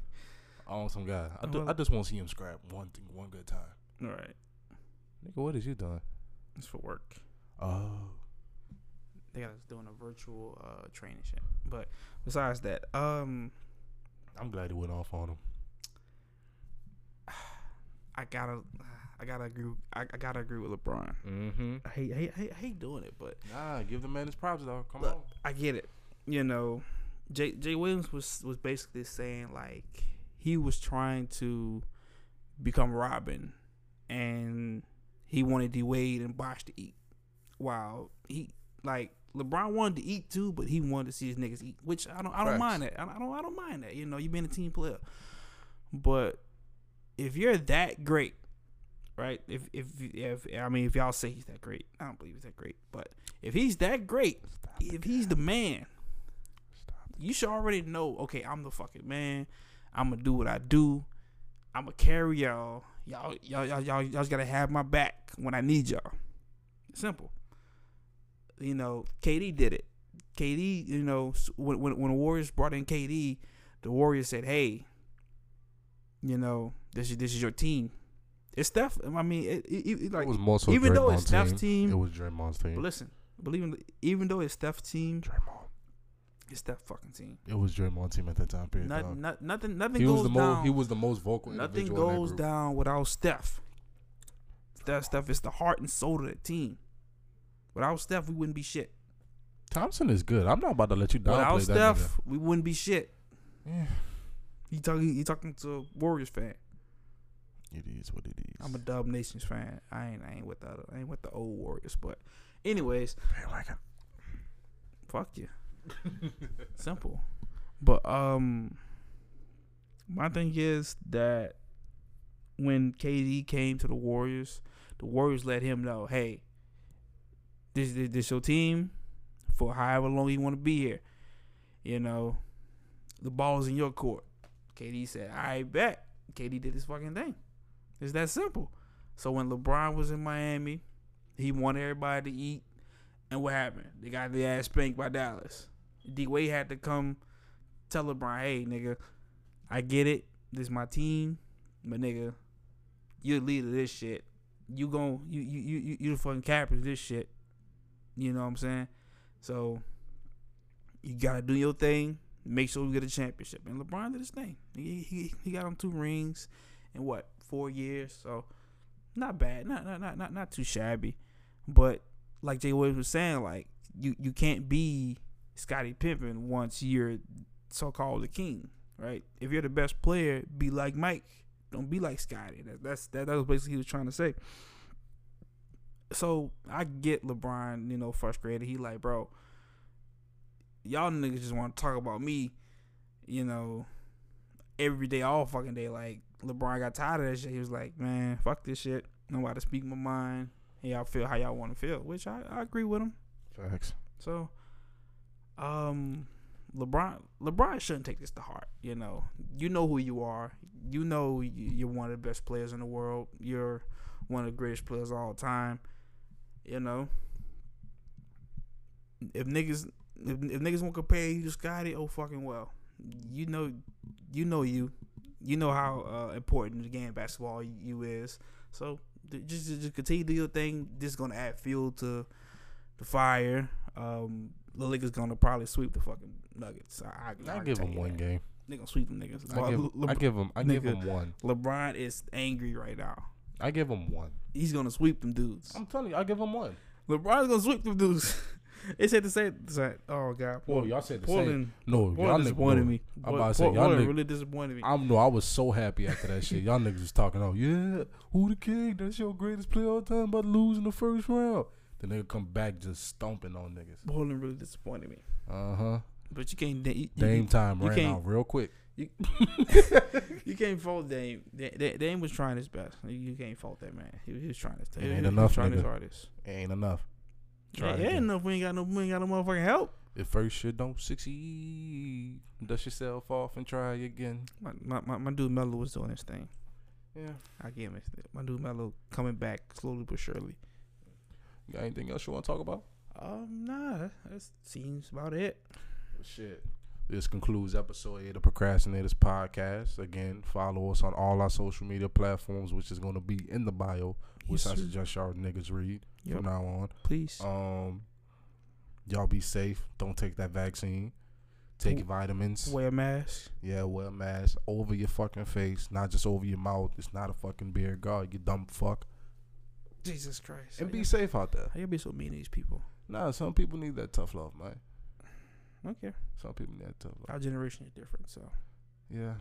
Speaker 2: I want some guy. I, do,
Speaker 1: Well-
Speaker 2: I just want to see him scrap one thing, one good time.
Speaker 1: All right.
Speaker 2: Nigga, what is you doing?
Speaker 1: It's for work.
Speaker 2: Oh,
Speaker 1: They got us doing a virtual uh training shit. But besides that, um,
Speaker 2: I'm glad he went off on him.
Speaker 1: I gotta I gotta agree. I, I gotta agree with LeBron.
Speaker 2: Mm-hmm.
Speaker 1: I hate, I hate- I hate, I hate doing it, but
Speaker 2: Nah, give the man his props though. Come
Speaker 1: Look,
Speaker 2: on.
Speaker 1: I get it. You know, Jay Jay Williams was was basically saying like he was trying to become Robin, and he wanted D Wade and Bosh to eat. While he like LeBron wanted to eat too, but he wanted to see his niggas eat, which I don't I don't
Speaker 2: Facts.
Speaker 1: mind that. I don't- I don't I don't mind that. You know, you being a team player, but if you're that great. Right, if, if if I mean, if y'all say he's that great, I don't believe he's that great. But if he's that great, if he's the man, you should already know. Okay, I'm the fucking man. I'm gonna do what I do. I'm gonna carry y'all. Y'all, y'all, y'all, y'all, y'all gotta have my back when I need y'all. Simple. You know, KD did it. KD, you know, s- when when, when the Warriors brought in KD, the Warriors said, "Hey, you know, this is this is your team." It's Steph. I mean, it, it, it- like
Speaker 2: it was more so
Speaker 1: even though it's
Speaker 2: Draymond's
Speaker 1: Steph's
Speaker 2: It
Speaker 1: team,
Speaker 2: was Draymond's
Speaker 1: but
Speaker 2: team.
Speaker 1: listen, believe me, even though it's Steph's team,
Speaker 2: Draymond.
Speaker 1: it's Steph fucking team.
Speaker 2: It was Draymond's team at that time period.
Speaker 1: Not,
Speaker 2: dog.
Speaker 1: not, nothing, nothing
Speaker 4: He
Speaker 1: goes
Speaker 4: was the
Speaker 1: down.
Speaker 4: most. He was the most vocal.
Speaker 1: Nothing
Speaker 4: individual in that
Speaker 1: goes
Speaker 4: group.
Speaker 1: down without Steph. Steph, Steph is the heart and soul of the team. Without Steph, we wouldn't be shit.
Speaker 2: Thompson is good. I'm not about to let you
Speaker 1: Without
Speaker 2: downplay that. nigga.
Speaker 1: Steph, we wouldn't be shit.
Speaker 2: Yeah.
Speaker 1: You talking? You talking to a Warriors fan?
Speaker 2: It is what it is.
Speaker 1: I'm a Dub Nations fan. I ain't. I ain't with the. I ain't with the old Warriors. But, anyways,
Speaker 2: bandwagon.
Speaker 1: fuck you. Simple. But um, my thing is that when KD came to the Warriors, the Warriors let him know, hey, this this, this your team for however long you want to be here. You know, the ball's in your court. KD said, I bet. KD did his fucking thing. It's that simple. So when LeBron was in Miami, he wanted everybody to eat. And what happened? They got their ass spanked by Dallas. D Wade had to come tell LeBron, hey, nigga, I get it. This my team. But nigga, you're the leader of this shit. You gon' you you you you you the fucking captain of this shit. You know what I'm saying? So you gotta do your thing. Make sure we get a championship. And LeBron did his thing. He he, he got him two rings in what four years. So not bad. Not not not not, not too shabby. But like Jay Williams was saying, like you you can't be Scottie Pippen once you're so called the king, right? If you're the best player, be like Mike. Don't be like Scotty. That, that's that, that was basically he was trying to say. So I get LeBron, you know, frustrated. He like, bro, y'all niggas just want to talk about me, you know, every day, all fucking day. Like LeBron got tired of that shit. He was like, man, fuck this shit. Nobody speak my mind. And y'all feel how y'all want to feel, which I, I agree with him.
Speaker 2: Facts.
Speaker 1: So, um, LeBron LeBron shouldn't take this to heart. You know, you know who you are. You know y- you're one of the best players in the world. You're one of the greatest players of all time. You know, if niggas if, if niggas won't compare you to Scotty, oh fucking well. You know, you know you, you know how uh, important the game of basketball you is. So d- just just continue to do your thing. This is gonna add fuel to the fire. Um, the Lakers gonna probably sweep the fucking Nuggets. I, I,
Speaker 2: I,
Speaker 1: I
Speaker 2: give
Speaker 1: tell
Speaker 2: him
Speaker 1: you
Speaker 2: one
Speaker 1: that.
Speaker 2: game.
Speaker 1: They gonna sweep them niggas.
Speaker 2: I
Speaker 1: Well,
Speaker 2: give,
Speaker 1: Le-
Speaker 2: I give him. I give
Speaker 1: nigga.
Speaker 2: him one.
Speaker 1: LeBron is angry right now.
Speaker 2: I give him one.
Speaker 1: He's gonna sweep them dudes.
Speaker 2: I'm telling you, I give him one.
Speaker 1: LeBron's gonna sweep them dudes. they said the same. it's like, Oh God,
Speaker 2: Well,
Speaker 1: Portland.
Speaker 2: y'all said the same.
Speaker 1: Portland,
Speaker 2: No, y'all
Speaker 1: Portland
Speaker 2: niggas.
Speaker 1: disappointed me.
Speaker 2: I'm about to say, y'all
Speaker 1: Portland
Speaker 2: nigg-
Speaker 1: really disappointed me.
Speaker 2: I'm no. I was so happy after that shit. Y'all niggas was talking. Oh yeah, who the king? That's your greatest player all time, but lose in the first round. The nigga come back just stomping on niggas.
Speaker 1: Portland really disappointed me.
Speaker 2: Uh huh.
Speaker 1: But you can't. You,
Speaker 2: Dame
Speaker 1: you,
Speaker 2: time
Speaker 1: you
Speaker 2: ran
Speaker 1: can't-
Speaker 2: out real quick.
Speaker 1: you can't fault Dame. Da- Da- Dame was trying his best. You- You can't fault that man. He, he was trying his.
Speaker 2: It
Speaker 1: he-
Speaker 2: ain't
Speaker 1: he was
Speaker 2: enough,
Speaker 1: Trying his
Speaker 2: nigga.
Speaker 1: hardest.
Speaker 2: It ain't enough. Try
Speaker 1: Yeah,
Speaker 2: it
Speaker 1: it ain't
Speaker 2: again.
Speaker 1: enough. We ain't got no. We ain't got no motherfucking help.
Speaker 2: If first shit don't succeed, dust yourself off and try again.
Speaker 1: My my, my, my dude Melo was doing his thing.
Speaker 2: Yeah.
Speaker 1: I give him his. My dude Melo coming back slowly but surely.
Speaker 2: You got anything else you want to talk about?
Speaker 1: Um, nah, that, that seems about it.
Speaker 2: Shit. This concludes episode 8 of Procrastinators Podcast. Again, follow us on all our social media platforms, which is going to be in the bio, which I suggest y'all niggas read
Speaker 1: Yep.
Speaker 2: from now on.
Speaker 1: Please.
Speaker 2: Um, Y'all be safe. Don't take that vaccine. Take your vitamins.
Speaker 1: Wear a mask.
Speaker 2: Yeah, wear a mask over your fucking face, not just over your mouth. It's not a fucking beer guard, you dumb fuck.
Speaker 1: Jesus Christ.
Speaker 2: And
Speaker 1: And
Speaker 2: be safe out there.
Speaker 1: How you be so mean to these people?
Speaker 2: Nah, some people need that tough love, man.
Speaker 1: Okay.
Speaker 2: Some people need that tough love.
Speaker 1: Our generation is different, so.
Speaker 2: Yeah.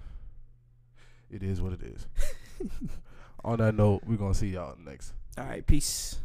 Speaker 2: It is what it is. On that note, we're going to see y'all next.
Speaker 1: All right, peace.